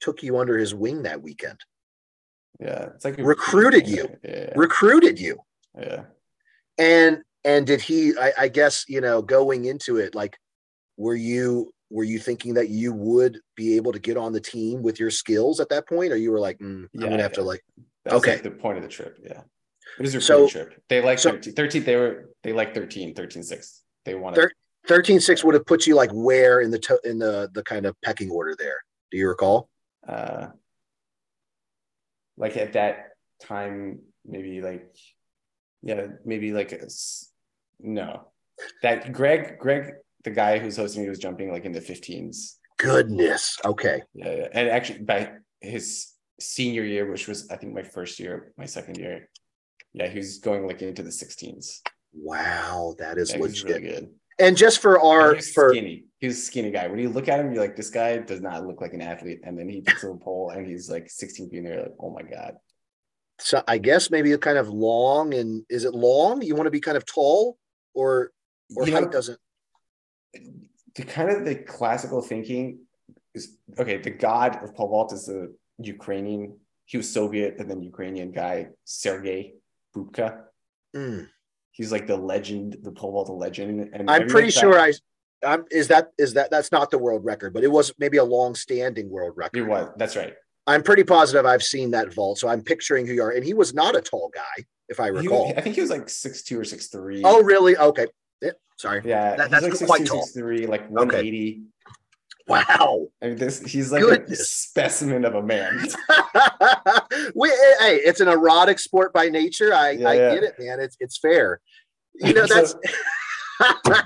took you under his wing that weekend.
Yeah, it's like a-
Recruited you.
Yeah,
recruited you
yeah.
and and did he I, I guess you know going into it like were you were you thinking that you would be able to get on the team with your skills at that point or you were like mm, i'm
Yeah,
gonna have to
yeah.
like
That was
Okay.
like the point of the trip. Yeah, it was a
So-
recruiting trip. They like
so-
13, 13 They were they like 13, 13, 6. They wanted.
Thir- 13-6 would have put you like where in the to- in the the kind of pecking order there do you recall
uh, like at that time, maybe like, yeah, maybe like a s- no, that Greg Greg the guy who's hosting me was jumping like in the fifteens.
goodness okay
Yeah, yeah. and actually by his senior year, which was I think my first year, my second year, yeah, he was going like into the sixteens.
wow that is
Yeah, he was
legit
really good.
and just for our
he's
for
skinny. He's a skinny guy. When you look at him, you're like, this guy does not look like an athlete. And then he gets to the pole and he's like 16 feet in there, like, oh my God.
so i guess maybe a kind of long and is it long you want to be kind of tall or or
You
height
know,
doesn't
the kind of the classical thinking is okay, the god of pole vault is the Ukrainian, he was Soviet and then Ukrainian guy, Sergei Bubka.
Mm.
He's like the legend, the pole vault legend. And
I'm
everyone
pretty
thought-
sure I. I'm, is that is that that's not the world record, but it was maybe a long-standing world
He
record.
was. That's right.
I'm pretty positive I've seen that vault, so I'm picturing who you are. And he was not a tall guy, if I
He,
recall.
I think he was like six two or six three.
oh, really? Okay. Yeah, sorry.
yeah.
that-
he's
that's
like
quite
6'2",
tall.
6'3", like 180.
Wow.
I mean, this he's like a
Goodness.
specimen of a man.
we, eh, hey, it's an erotic sport by nature. I, I
Yeah.
get it, man. It's it's fair. You know
So-
that's.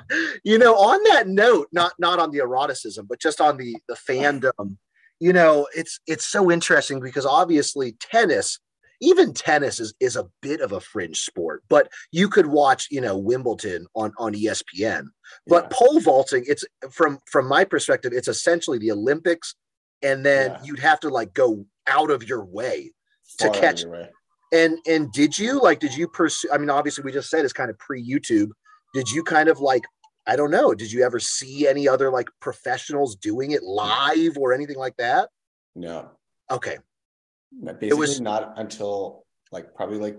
you know, on that note, not not on the eroticism, but just on the the fandom, you know, it's it's so interesting because obviously tennis even tennis is is a bit of a fringe sport, but you could watch, you know, Wimbledon on on E ESPN. But
Yeah.
pole vaulting, it's from from my perspective, it's essentially the Olympics, and then
Yeah.
you'd have to like go out of your way. To
Far out of
catch-
your way.
And and did you like did you pursue I mean obviously we just said it's kind of pre-YouTube. Did you kind of like I don't know, did you ever see any other like professionals doing it live or anything like that?
No,
Okay.
No, basically
was-
not until like probably like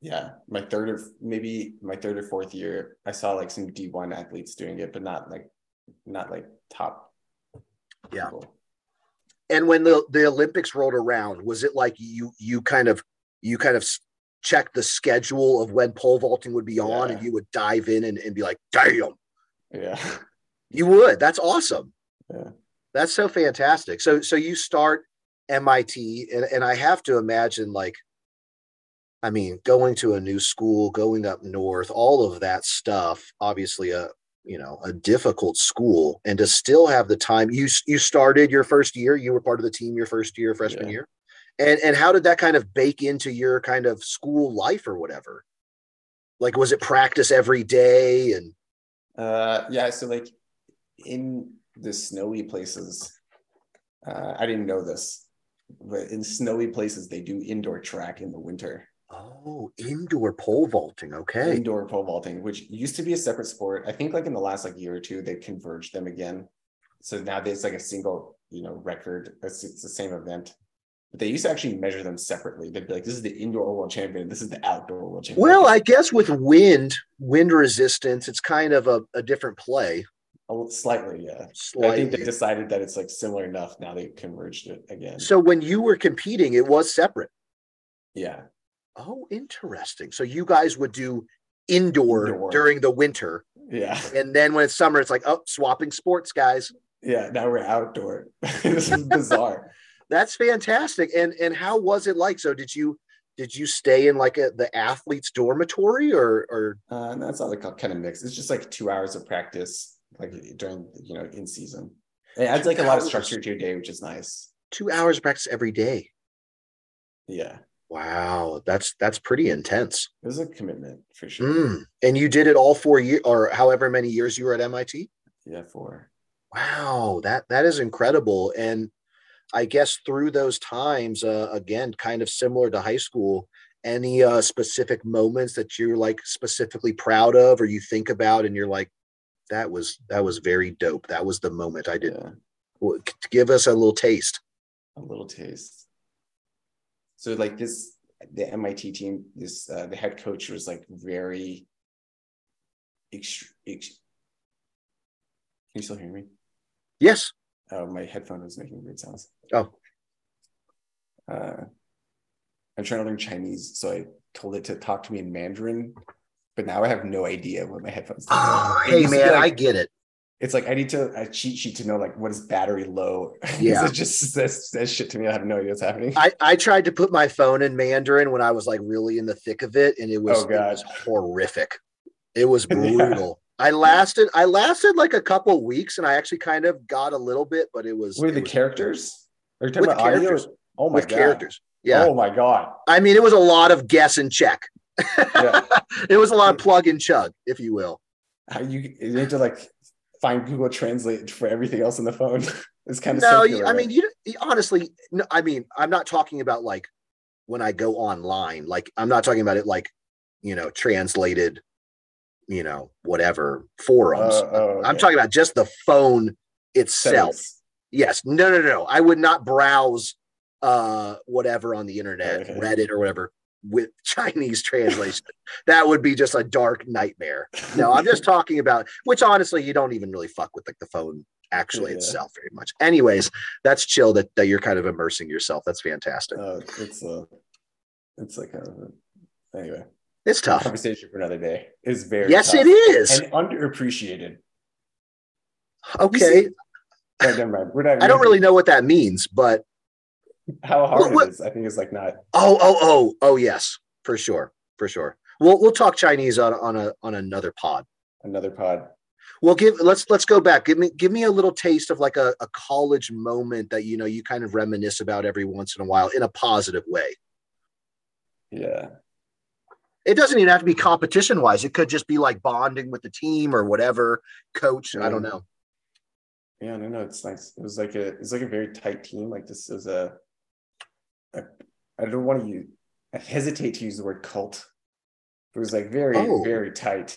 yeah, my third or maybe my third or fourth year, I saw like some D one athletes doing it, but not like not like top.
Yeah.
people.
and when the the Olympics rolled around, was it like you you kind of you kind of s- checked the schedule of when pole vaulting would be on,
Yeah.
and you would dive in and, and be like, "Damn,
Yeah.
you would! That's awesome!
Yeah.
That's so fantastic!" So so you start MIT, and and I have to imagine like, I mean, going to a new school, going up north, all of that stuff. Obviously, a you know a difficult school and to still have the time you s- you started your first year you were part of the team your first year freshman
Yeah.
year and and how did that kind of bake into your kind of school life or whatever like was it practice every day and
Uh, yeah, so like in the snowy places, uh, I didn't know this, but in snowy places they do indoor track in the winter,
oh indoor pole vaulting okay
indoor pole vaulting, which used to be a separate sport. I think like in the last like year or two they converged them again. So nowadays like a single you know record, it's, it's the same event. But they used to actually measure them separately. They'd be like, this is the indoor world champion, this is the outdoor world champion.
well i guess with wind wind resistance it's kind of a, a different play
Oh, slightly, yeah. I think they
slightly
decided that it's like similar enough. Now they converged it again.
so when you were competing it was separate
yeah.
oh interesting so you guys would do indoor.
Indoor.
during the winter
Yeah.
And then when it's summer, it's like, oh, swapping sports, guys.
Yeah, now we're outdoor. this is bizarre.
That's fantastic. And and how was it like? So did you did you stay in like a, the athlete's dormitory or or
uh, and that's not like kind of mixed. It's just like two hours of practice, like during you know in season. It adds like a lot of
Hours.
structure to your day, which is nice.
two hours of practice every day?
Yeah,
Wow, that's that's pretty intense.
it was a commitment for sure.
Mm. And you did it all four years or however many years you were at MIT.
Yeah, for
Wow, that that is incredible. And I guess through those times, uh, again, kind of similar to high school, any uh, specific moments that you're like specifically proud of, or you think about, and you're like, "That was that was very dope. That was the moment I did."
yeah,
Well, c- Give us a little taste.
a little taste. So like this, the MIT team, this uh, the head coach was like very. Ext- ext- Can you still hear me?
Yes.
Oh, my headphone was making weird sounds.
Oh.
Uh, I'm trying to learn Chinese, so I told it to talk to me in Mandarin, but now I have no idea what my headphones. do.
Oh,
It
hey
used to be
man, I
like-
get it.
it's like I need to a cheat sheet to know like what is battery low. 'Cause
Yeah.
it just says, says shit to me. I have no idea what's happening.
I, I tried to put my phone in Mandarin when I was like really in the thick of it, and it was,
Oh,
it
God.
was horrific. It was
Yeah.
brutal. I lasted I lasted like a couple of weeks, and I actually kind of got a little bit, but it was
With the
it was-
characters? Are you talking
With
about audio?
characters.
Oh my
with
god!
characters. Yeah,
Oh my god!
I mean it was a lot of guess and check.
Yeah. Mm.
It was a lot of plug and chug, if you will.
How you, you need to like find Google Translate for everything else on the phone. it's kind of
No, you,
circular,
I
right?
mean you, don't- you honestly. No, I mean I'm not talking about like when I go online. Like I'm not talking about it like you know translated, you know whatever forums.
Oh, oh,
I'm
okay.
talking about just the phone itself.
Settings.
Yes. No, no, no, no. I would not browse uh whatever on the internet,
Okay.
Reddit or whatever with Chinese translation. that would be just a dark nightmare. No, I'm just talking about which honestly you don't even really fuck with like the phone actually
Yeah.
itself very much. Anyways, that's chill that, that you're kind of immersing yourself. That's fantastic.
Uh, it's a, it's like kind of a, anyway
It's tough.
conversation for another day. Is very
Yes,
tough
it is.
and underappreciated.
Okay.
see- But never mind. We're not.
I don't really know what that means, but
how hard
What- what-
it is. I think it's like not.
Oh, oh, oh, oh, yes, for sure, for sure. We'll we'll talk Chinese on on a on another pod.
Another pod.
Well, give let's let's go back. Give me give me a little taste of like a, a college moment that you know you kind of reminisce about every once in a while in a positive way.
Yeah.
It doesn't even have to be competition wise. It could just be like bonding with the team or whatever, coach. I don't know.
Yeah, no, no, it's nice. It was like a it's like a very tight team. Like this is a, a I don't want to use I hesitate to use the word cult. It was like very,
Oh.
very tight.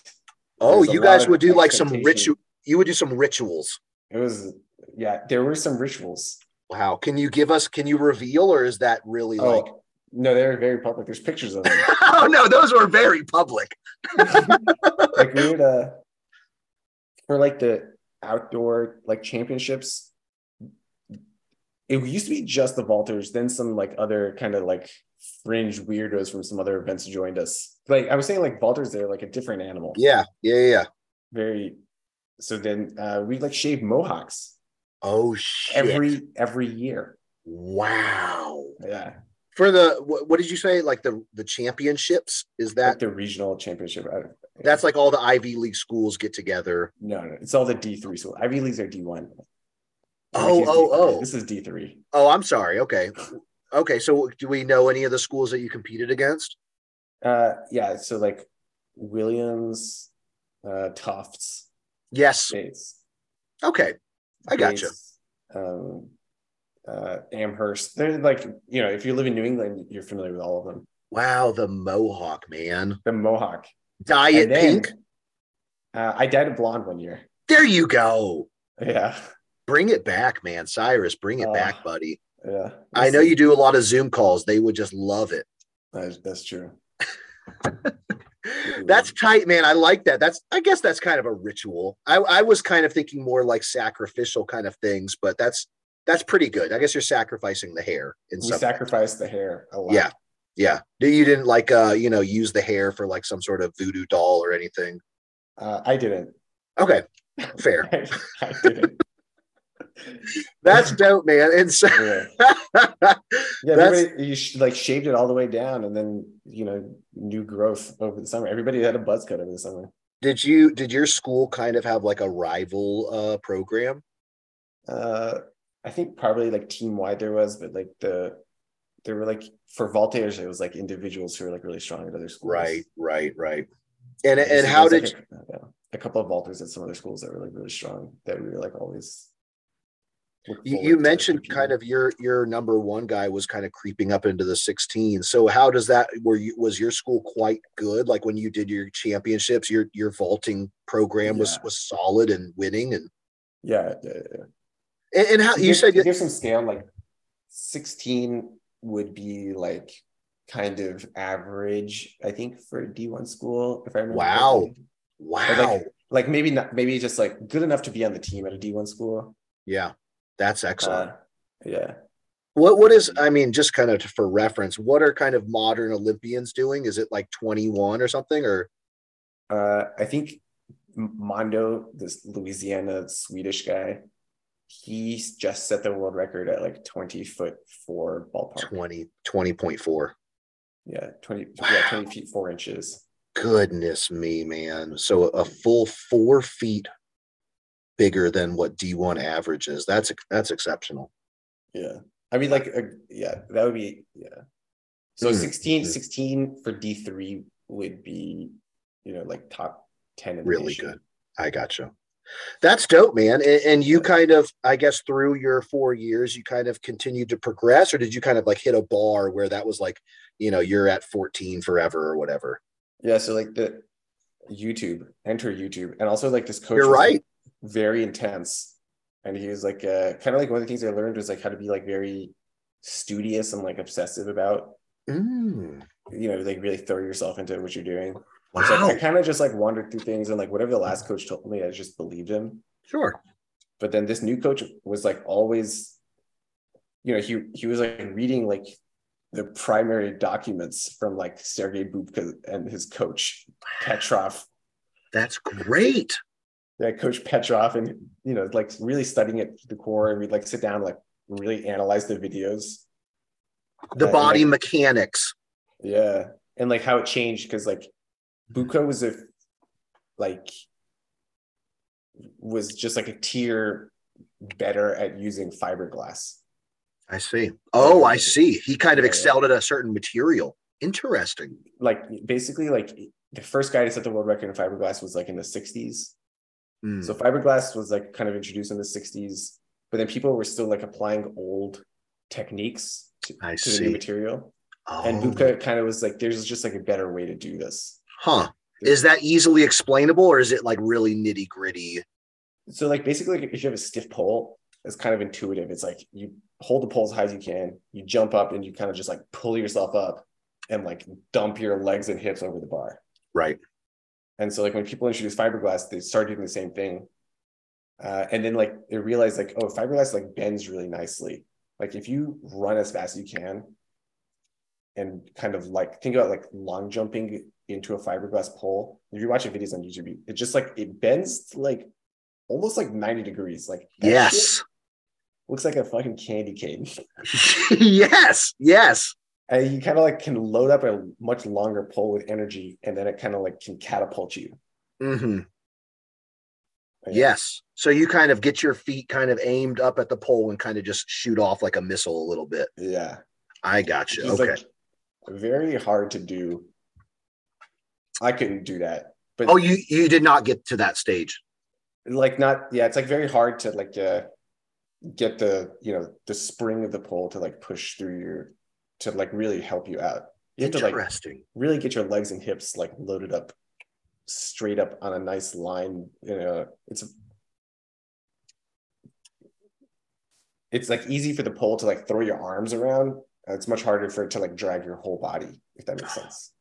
Oh,
There's a
you
lot
guys
of
would do like some
expectation.
ritual. You would do some rituals.
It was yeah, there were some rituals.
Wow. Can you give us? Can you reveal, or is that really like?
Oh no, they were very public. There's pictures of them.
Oh no, those were very public.
like we would uh for like the outdoor like championships it used to be just the vaulters then some like other kind of like fringe weirdos from some other events joined us like i was saying like vaulters they're like a different animal
Yeah, yeah, yeah.
very so then uh we like shave mohawks
Oh shit!
every every year
wow.
yeah
For the what, what did you say? Like the the championships? Is
at
that
the regional championship I,
that's like all the Ivy League schools get together?
no no it's all the d3 so ivy leagues are d1
Oh,
This is
oh,
D3.
oh,
this is d3
oh! I'm sorry. Okay, okay. So do we know any of the schools that you competed against?
Uh, yeah. So like Williams, uh, Tufts,
Yes.
Bates.
Okay, I gotcha.
Bates, Um, uh, Amherst. They're like you know, if you live in New England, you're familiar with all of them.
Wow, the Mohawk man,
The Mohawk.
diet
And then,
pink.
Uh, I dyed a blonde one year.
There you go.
Yeah.
Bring it back, man, Cyrus. Bring it
Oh.
back, buddy.
Yeah.
I know you do a lot of Zoom calls. They would just love it.
That's, that's true.
That's tight, man. I like that. That's I guess that's kind of a ritual. I, I was kind of thinking more like sacrificial kind of things, but that's that's pretty good. I guess you're sacrificing the hair in
We
some
sacrificed the hair a lot.
Yeah. yeah. Do you didn't like uh you know use the hair for like some sort of voodoo doll or anything?
Uh, I didn't.
Okay, fair.
I, didn't.
That's dope, man. And so
Yeah. Yeah,
That's-
everybody, you sh- like shaved it all the way down, and then you know new growth over the summer. Everybody had a buzz cut over the summer.
did you did your school kind of have like a rival uh program?
Uh, I think probably like team wide there was, but like the there were like for voltairs it was like individuals who were like really strong at other schools.
Right, right, right. And
So
and
there
how
was, like,
did
a, yeah, a couple of voltairs at some other schools that were like really strong that we were like always. look
You,
forward
you
to
mentioned
competing.
kind of your your number one guy was kind of creeping up into the 16. So how does that were you was your school quite good? Like when you did your championships, your your vaulting program was
Yeah.
was solid and winning and
yeah, yeah, yeah.
and, and how
To
you
give,
said
to
you-
give some scale like 16 would be like kind of average i think for a d1 school if i remember
Wow.
correctly.
wow.
like maybe not maybe just like good enough to be on the team at a d1 school
yeah. That's excellent.
Uh, yeah
what what is I mean just kind of for reference, what are kind of modern Olympians doing? Is it like 21 or something or
uh i think M- mondo this louisiana swedish guy he just set the world record at like 20 foot four ballpark
20 20.4?
yeah 20
Wow.
yeah 20 feet four inches
Goodness me, man. So a full four feet bigger than what D1 average is. That's that's exceptional.
Yeah. I mean, like, uh, yeah, that would be, yeah. So
Mm,
16,
mm.
16 for D3 would be, you know, like top 10 in the
Really
nation.
good. I gotcha. That's dope, man. And, and you kind of, I guess, through your four years, you kind of continued to progress, or did you kind of like hit a bar where that was like, you know, you're at 14 forever or whatever?
Yeah. So, like, the YouTube, enter YouTube. And also, like, this coach
You're
was, like,
right.
very intense. And he was like, uh, kind of like one of the things I learned was like how to be like very studious and like obsessive about,
Mm,
you know, like really throw yourself into what you're doing. It's like, I
wow.
kind of just like wandered through things and like whatever the last coach told me, I just believed him.
Sure.
but then this new coach was like always you know he he was like reading like the primary documents from like Sergei Bubka and his coach Petrov
That's great.
yeah coach Petrov and you know like really studying it to the core and we'd like sit down and, like really analyze the videos
The
Uh, and,
body
like,
mechanics.
Yeah. And like how it changed because like Buka was a like was just like a tier better at using fiberglass.
I see. Oh, I see. He kind of excelled at a certain material. Interesting.
Like basically, like the first guy to set the world record in fiberglass was like in the 60s.
Mm.
So fiberglass was like kind of introduced in the 60s, but then people were still like applying old techniques to,
I
to the new
see.
material.
Oh.
And Buka kind of was like, there's just like a better way to do this.
Huh. Is that easily explainable or is it like really nitty gritty?
So like basically, if you have a stiff pole, it's kind of intuitive. It's like you hold the pole as high as you can, you jump up, and you kind of just like pull yourself up and like dump your legs and hips over the bar.
Right.
And so like when people introduced fiberglass, they started doing the same thing. Uh, and then like they realized like, oh, fiberglass like bends really nicely. Like if you run as fast as you can and kind of like think about like long jumping into a fiberglass pole. If you're watching videos on YouTube, it just like it bends like almost like 90 degrees. Like that shit
Yes.
looks like a fucking candy cane.
yes. Yes.
And you kind of like can load up a much longer pole with energy and then it kind of like can catapult you.
hmm
Yeah.
Yes. So you kind of get your feet kind of aimed up at the pole and kind of just shoot off like a missile a little bit.
Yeah.
I gotcha.
It's
okay.
like very hard to do. I couldn't do that, but
oh, you you did not get to that stage.
like not yeah, it's like very hard to like uh, get the you know the spring of the pole to like push through your to like really help you out. You have to like
Interesting.
really get your legs and hips like loaded up straight up on a nice line. You know, it's a it's like easy for the pole to like throw your arms around. Uh, It's much harder for it to like drag your whole body, if that makes sense.
It-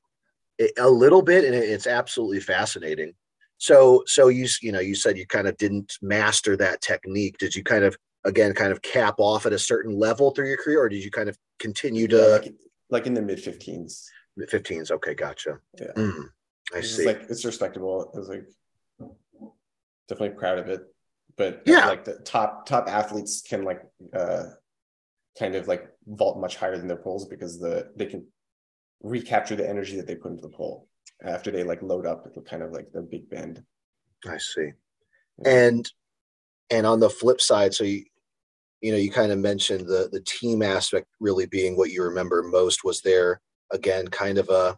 a little bit, and it- it's absolutely fascinating. So so you s- you know you said you kind of didn't master that technique. Did you kind of again kind of cap off at a certain level through your career, or did you kind of continue
Yeah,
to
like, like in the mid 15s.
15s? Okay, gotcha.
Yeah.
Mm, I
It's
see.
just, like it's respectable. It was like definitely proud of it. But uh,
Yeah.
like the top top athletes can like uh kind of like vault much higher than their poles because the they can recapture the energy that they put into the pole after they like load up with kind of like the big bend.
I see. And and on the flip side, so you you know you kind of mentioned the the team aspect really being what you remember most. Was there again kind of a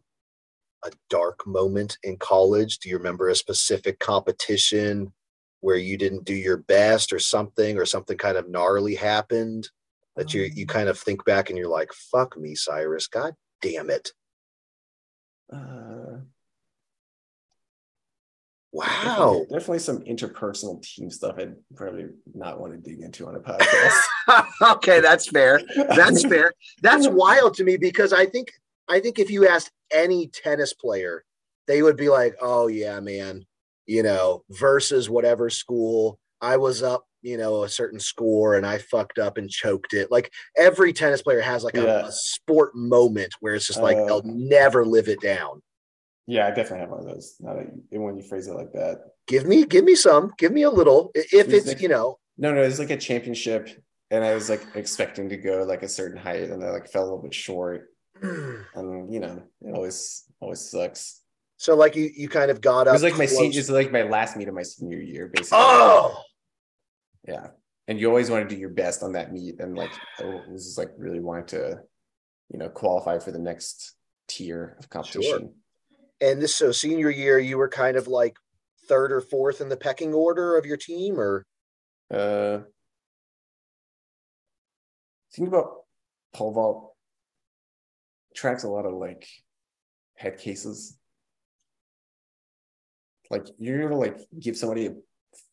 a dark moment in college? Do you remember a specific competition where you didn't do your best or something or something kind of gnarly happened that you you kind of think back and you're like, fuck me, Cyrus, god damn it.
Uh,
Wow.
definitely, definitely some interpersonal team stuff I'd probably not want to dig into on a podcast.
okay, that's fair. That's fair. That's wild to me because I think I think if you asked any tennis player, they would be like, "Oh yeah, man, you know, versus whatever school I was up, you know, a certain score and I fucked up and choked it." Like every tennis player has like a,
Yeah.
a sport moment where it's just like
Uh,
they'll never live it down.
Yeah, I definitely have one of those. Now that you, when you phrase it like that,
Give me, give me some, give me a little. I- If
Who's
it's
next?
you know,
no, no, it was like a championship, and I was like expecting to go like a certain height, and I like fell a little bit short, and you know, it always always sucks.
so like you, you kind of got
It
up.
was like my
close.
senior, it's like my last meet of my senior year, basically.
Oh,
yeah, and you always want to do your best on that meet, and like I was just like really wanting to, you know, qualify for the next tier of competition.
And this so senior year, you were kind of like third or fourth in the pecking order of your team, or
Uh, think about pole vault tracks a lot of like head cases. Like you're gonna like give somebody a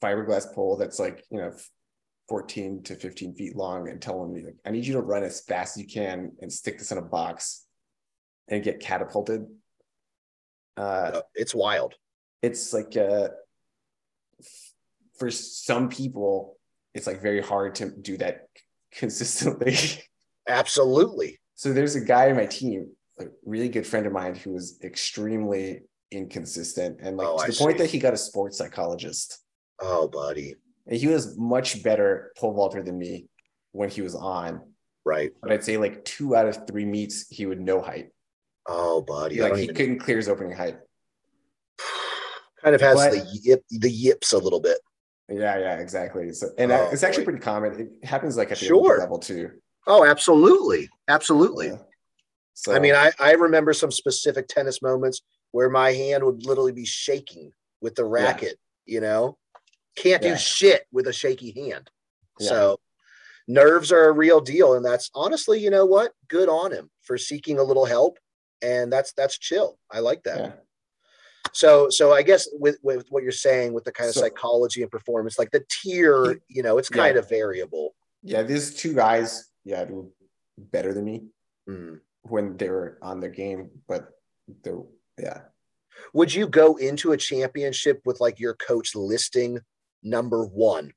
fiberglass pole that's like you know. 14 to 15 feet long and tell them like, I need you to run as fast as you can and stick this in a box and get catapulted. Uh,
uh, it's wild.
it's like uh f- for some people it's like very hard to do that consistently
Absolutely.
so there's a guy in my team a really good friend of mine who was extremely inconsistent and like
Oh,
to
I
the point
see.
that he got a sports psychologist
Oh, buddy.
and he was much better pole vaulter than me when he was on
Right.
but i'd say like two out of three meets he would no height
Oh, buddy. I
like
don't
he
even,
couldn't clear his opening height
kind of has
What?
the yip, the yips a little bit.
Yeah, yeah, exactly. So, and
Oh,
it's actually
boy.
pretty common. It happens like at the
Sure.
Olympic level too.
Oh, absolutely. Absolutely.
Yeah. So
I mean, I, I remember some specific tennis moments where my hand would literally be shaking with the racket, you know, can't
Yeah.
do shit with a shaky hand.
Yeah.
So nerves are a real deal. And that's honestly, you know what? Good on him for seeking a little help. And that's, that's chill. I like that.
Yeah.
So, so I guess with, with what you're saying with the kind of
So-
psychology and performance, like the tier, you know, it's
Yeah.
kind of variable.
yeah, these two guys, yeah, they were better than me
Mm.
when they were on their game, but they are yeah,
would you go into a championship with like your coach listing number one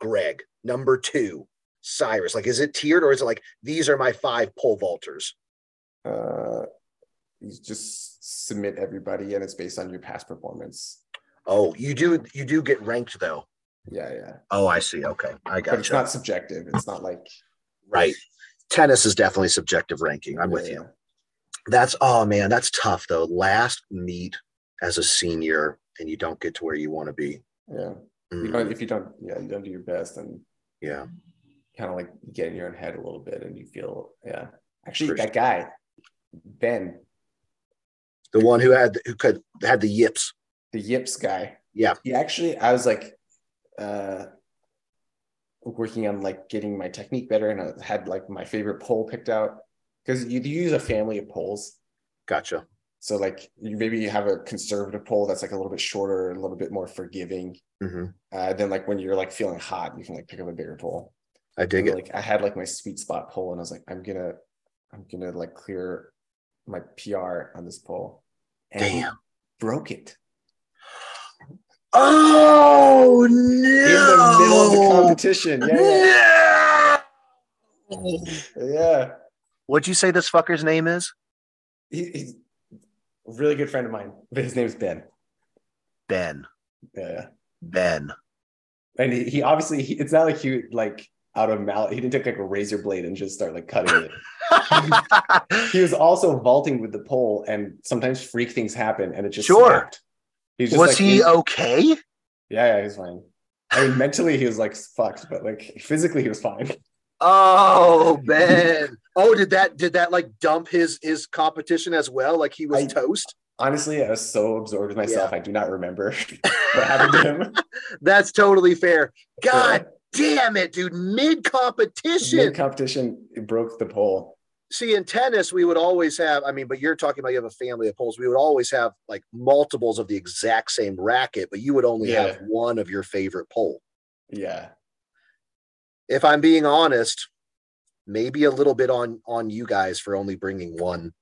greg number two cyrus like is it tiered or is it like these are my five pole vaulters
uh, you just submit everybody, and it's based on your past performance.
oh you do you do get ranked though
Yeah, yeah,
oh i see okay i
but it's
gotcha
not subjective. It's not like
right tennis is definitely subjective ranking i'm with you that's oh man that's tough though last meet as a senior and you don't get to where you want to be
Yeah, yeah. You
Mm,
don't, if you don't, yeah, you don't do your best, and
yeah
kind of like you get in your own head a little bit, and you feel yeah. Actually,
For
that guy, Ben,
the one who had who could had the yips
the Yips guy.
Yeah.
He actually, I was like, uh, working on like getting my technique better, and I had like my favorite pole picked out because you, you use a family of poles.
gotcha
So like you maybe you have a conservative pole that's like a little bit shorter, a little bit more forgiving.
hmm
Uh, then like when you're like feeling hot, you can like pick up a bigger pole.
i dig it
Like I had like my sweet spot pole, and I was like, I'm gonna, I'm gonna like clear my PR on this pole. And he
Damn.
broke it.
Oh no!
in the middle of the competition. Yeah,
No!
yeah. yeah.
What'd you say this fucker's name is?
He, he's a really good friend of mine. But his name's Ben.
Ben.
Yeah,
Ben.
and he, he obviously he, it's not like he like out of malice. He didn't take like a razor blade and just start like cutting it. he was also vaulting with the pole, and sometimes freak things happen, and it just
Sure.
snapped. He's just
Was
like,
he
in-
okay?
yeah, yeah, he's fine. I mean, mentally he was like fucked, but like physically he was fine.
Oh, Ben. Oh, did that did that like dump his his competition as well? Like he was
I-
toast.
Honestly, I was so absorbed with myself, I do not remember what happened to him.
That's totally fair. God damn it, dude! Mid competition.
Mid competition, it broke the pole.
see in tennis we would always have i mean but you're talking about you have a family of poles we would always have like multiples of the exact same racket but you would only
Yeah.
have one of your favorite pole
Yeah.
if i'm being honest maybe a little bit on on you guys for only bringing one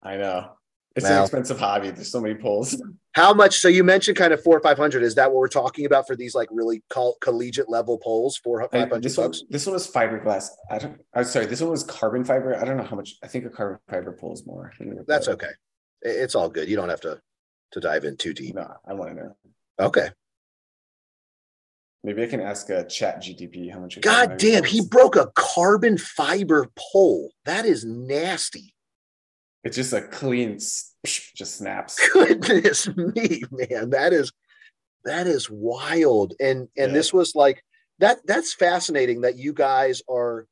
I know. It's an
Wow.
expensive hobby. There's so many pulls.
how much so you mentioned kind of four or five hundred is that what we're talking about for these like really col- collegiate level poles four five
Like,
hundred
this one,
bucks
this one was fiberglass. I don't. I'm sorry. This one was carbon fiber. I don't know how much. I think a carbon fiber pull is more.
that's okay I- it's all good you don't have to to dive in too deep
No, I want to know.
okay
Maybe I can ask a Chat GTP how much. a carbon
god
fiber
damn
pole
he
is.
broke a carbon fiber pole that is nasty
It's just a clean, s- psh, just snaps.
goodness me man that is that is wild and and
Yeah.
this was like that that's fascinating that you guys are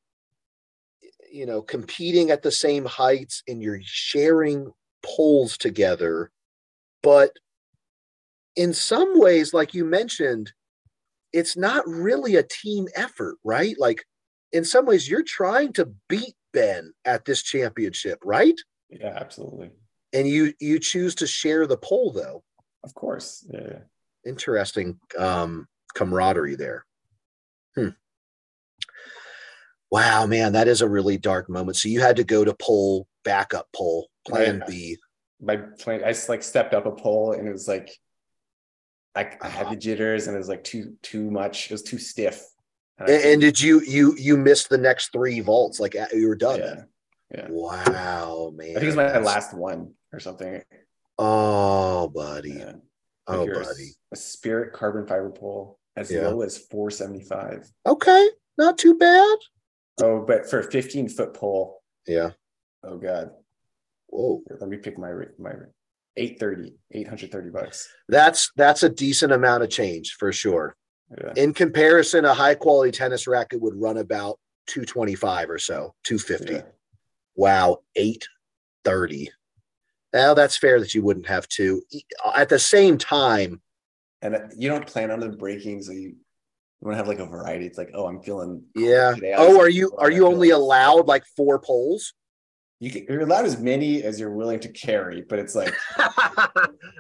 you know competing at the same heights and you're sharing poles together but in some ways like you mentioned it's not really a team effort right like in some ways you're trying to beat ben at this championship right
Yeah, absolutely.
and you you choose to share the pole though
Of course. Yeah. yeah.
interesting um, camaraderie there. Hmm. Wow, man, that is a really dark moment. So you had to go to poll, backup poll, plan
Yeah.
B.
My plan. I just like stepped up a pole, and it was like, I, I
Uh-huh.
had the jitters, and it was like too too much. It was too stiff.
A- And, did you you you missed the next three vaults? Like a- you were done.
yeah. yeah.
Wow, man.
I think it's my
that's-
last one or something.
Oh, buddy.
Yeah.
Oh,
Like your-
buddy.
A spirit carbon fiber pole as
Yeah.
low as 475.
Okay, not too bad.
Oh, but for a 15 foot pole,
Yeah.
oh God,
Whoa.
Here, let me pick my, my 830, 830 bucks.
That's that's a decent amount of change for sure.
Yeah.
In comparison, a high quality tennis racket would run about 225 or so, 250.
yeah.
Wow, 830. Now that's fair that you wouldn't have two. E, uh, At the same time,
And uh, you don't plan on the breaking, so you, you want to have like a variety. It's like, oh, I'm feeling. cold
yeah.
today. I was
Oh, are
like,
you
oh,
are
I
you
feel
only
like-
allowed like four poles?
You can, you're allowed as many as you're willing to carry, but it's like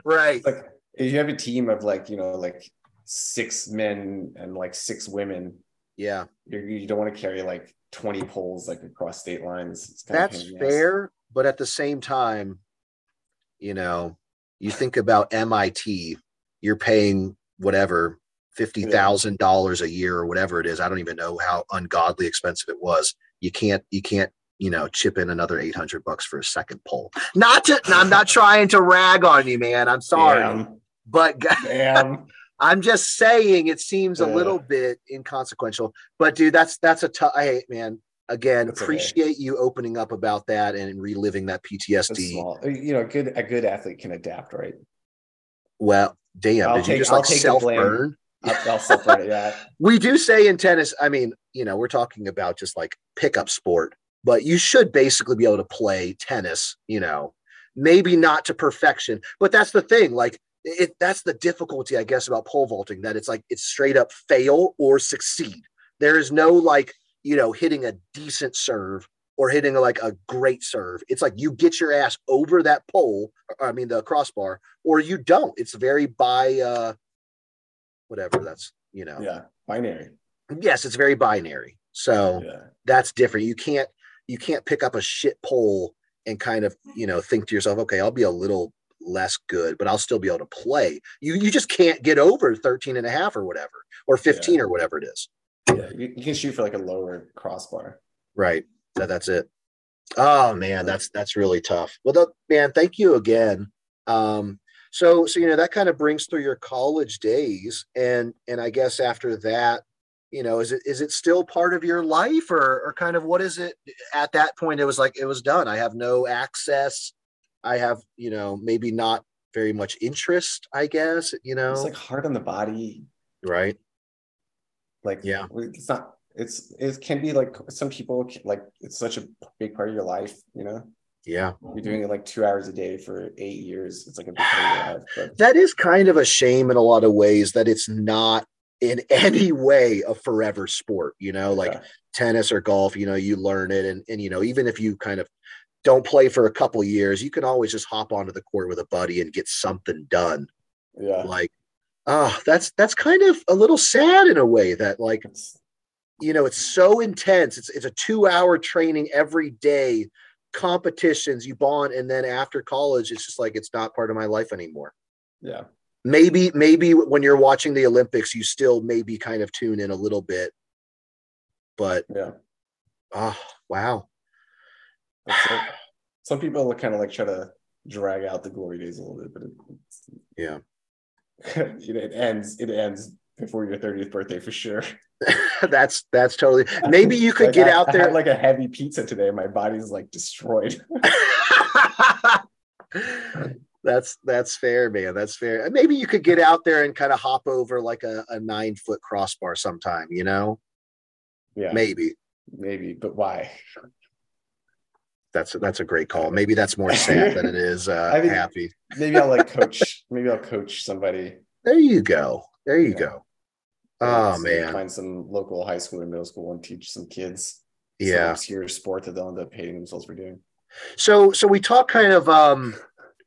right.
Like- if you have a team of like you know like six men and like six women,
Yeah.
you're, you don't want to carry like 20 poles like across state lines. It's kinda
That's
pain in the ass.
fair, but at the same time, you know, you think about MIT, you're paying whatever fifty thousand dollars a year or whatever it is. I don't even know how ungodly expensive it was. You can't, you can't, you know, chip in another eight hundred bucks for a second poll. Not to, I'm not trying to rag on you, man. I'm sorry, but g-
Damn.
I'm just saying it seems a
Yeah.
little bit inconsequential, but dude, that's that's a tough. I hate, man. Again,
That's okay.
appreciate you opening up about that and reliving that
That's
PTSD.
small. Uh, You know, good a good athlete can adapt, right?
Well, damn,
I'll
did you
take-
just
I'll
like
take the
self
blame.
burn?
I'll, I'll separate that.
We do say in tennis. I mean, you know, we're talking about just like pickup sport, but you should basically be able to play tennis. You know, maybe not to perfection, but that's the thing. Like. It, that's the difficulty, I guess, about pole vaulting. That it's like it's straight up fail or succeed. There is no like you know, hitting a decent serve or hitting like a great serve. It's like you get your ass over that pole, or, I mean the crossbar, or you don't. It's very by uh whatever that's you know.
Yeah, binary.
Yes, it's very binary. So
Yeah.
that's different. You can't you can't pick up a shit pole and kind of, you know, think to yourself, okay, I'll be a little less good, but I'll still be able to play. You you just can't get over 13 and a half or whatever, or 15 or whatever it is.
yeah. You, you can shoot for like a lower crossbar.
Right. That, that's it. Oh man, that's that's really tough. Well, th- man, thank you again. Um, so so you know that kind of brings through your college days, and and I guess after that, you know, is it is it still part of your life, or or kind of what is it at that point? It was like it was done. I have no access. I have you know maybe not very much interest. I guess you know
It's like hard on the body.
right.
Like
Yeah.
it's not. It's it can be like some people can- like it's such a big part of your life. You know,
Yeah.
you're doing it like two hours a day for eight years. It's like a big part of your life. But
that is kind of a shame in a lot of ways that it's not in any way a forever sport you know like
Yeah.
tennis or golf you know you learn it and, and you know even if you kind of don't play for a couple years you can always just hop onto the court with a buddy and get something done
yeah,
like ah that's that's kind of a little sad in a way that like
it's,
you know it's so intense it's it's a 2 hour training every day competitions you bond and then after college it's just like it's not part of my life anymore
yeah.
maybe maybe when you're watching the olympics you still maybe kind of tune in a little bit but
Yeah,
oh wow
that's it. Some people kind of like try to drag out the glory days a little bit, but it,
yeah
it's, it, it ends. It ends before your thirtieth birthday for sure.
that's that's totally maybe you could
Like,
get
I-
out
I
there
had like a heavy pizza today. My body's like destroyed.
that's that's fair man that's fair And maybe you could get out there and kind of hop over like a, a nine foot crossbar sometime you know
yeah, maybe.
maybe
but why?
that's that's a great call maybe that's more sad than it is uh,
I think-
happy
Maybe I'll like coach. maybe I'll coach somebody.
there you go there you
Yeah.
go oh
So
man
find some local high school and middle school and teach some kids. some
yeah
obscure sport that they'll end up hating themselves for doing.
So so we talk kind of um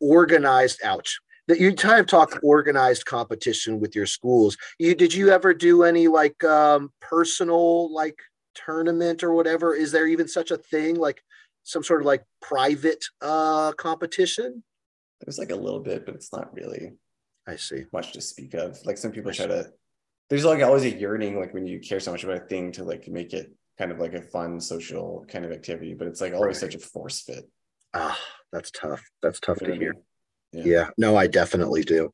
organized ouch. That you kind of talk organized competition with your schools. You did you ever do any like um personal like tournament or whatever? Is there even such a thing like some sort of like private uh competition?
There's like a little bit, but it's not really.
I see.
much to speak of. Like some people try to, there's like always a yearning, like when you care so much about a thing to like make it kind of like a fun social kind of activity, but it's like always
Right.
such a force fit.
Ah, that's tough. That's tough
You
to
know what I
hear.
mean? Yeah.
yeah no i definitely do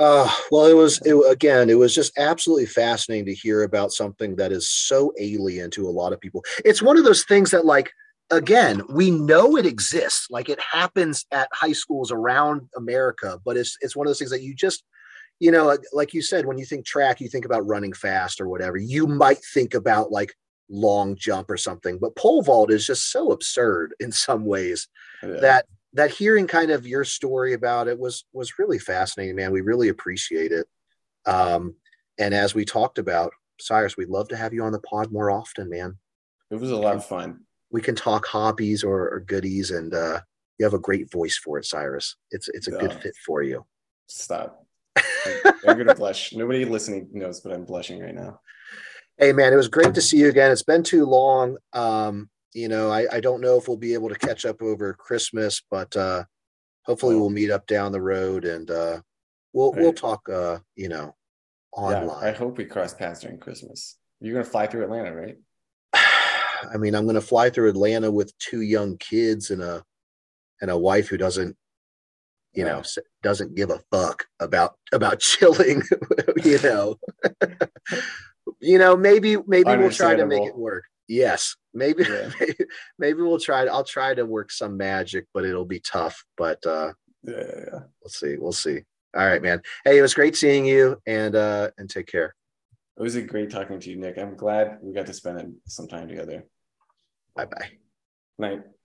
uh, well it was it, again it was just absolutely fascinating to hear about something that is so alien to a lot of people it's one of those things that like again we know it exists like it happens at high schools around america but it's it's one of those things that you just you know, like, like you said, when you think track, you think about running fast or whatever. You might think about like long jump or something, but pole vault is just so absurd in some ways
Yeah.
that that hearing kind of your story about it was was really fascinating, man. We really appreciate it. Um, and as we talked about, Cyrus, we'd love to have you on the pod more often, man.
it was a lot of fun.
We can talk hobbies or, or goodies, and uh, you have a great voice for it, Cyrus. It's it's a good
Yeah.
fit for you.
Stop. I'm I'm gonna blush. Nobody listening knows, but I'm blushing right now.
Hey man, it was great to see you again. It's been too long. Um, you know, I, I don't know if we'll be able to catch up over Christmas, but uh hopefully we'll meet up down the road and uh we'll we'll
Right.
talk uh, you know,
Yeah, I
online.
hope we cross paths during Christmas. You're gonna fly through Atlanta, right?
I mean, I'm gonna fly through Atlanta with two young kids and a and a wife who doesn't, you know,
Yeah.
s- doesn't give a fuck about about chilling, you know. you know, maybe maybe we'll try to make it
Understandable.
work. Yes. Maybe
Yeah.
maybe, maybe we'll try I'll try to work some magic, but it'll be tough. But uh
Yeah, yeah, yeah.
we'll see. We'll see. All right, man. Hey, it was great seeing you and uh and take care.
It was a great talking to you, Nick. I'm glad we got to spend some time together.
Bye bye.
Night.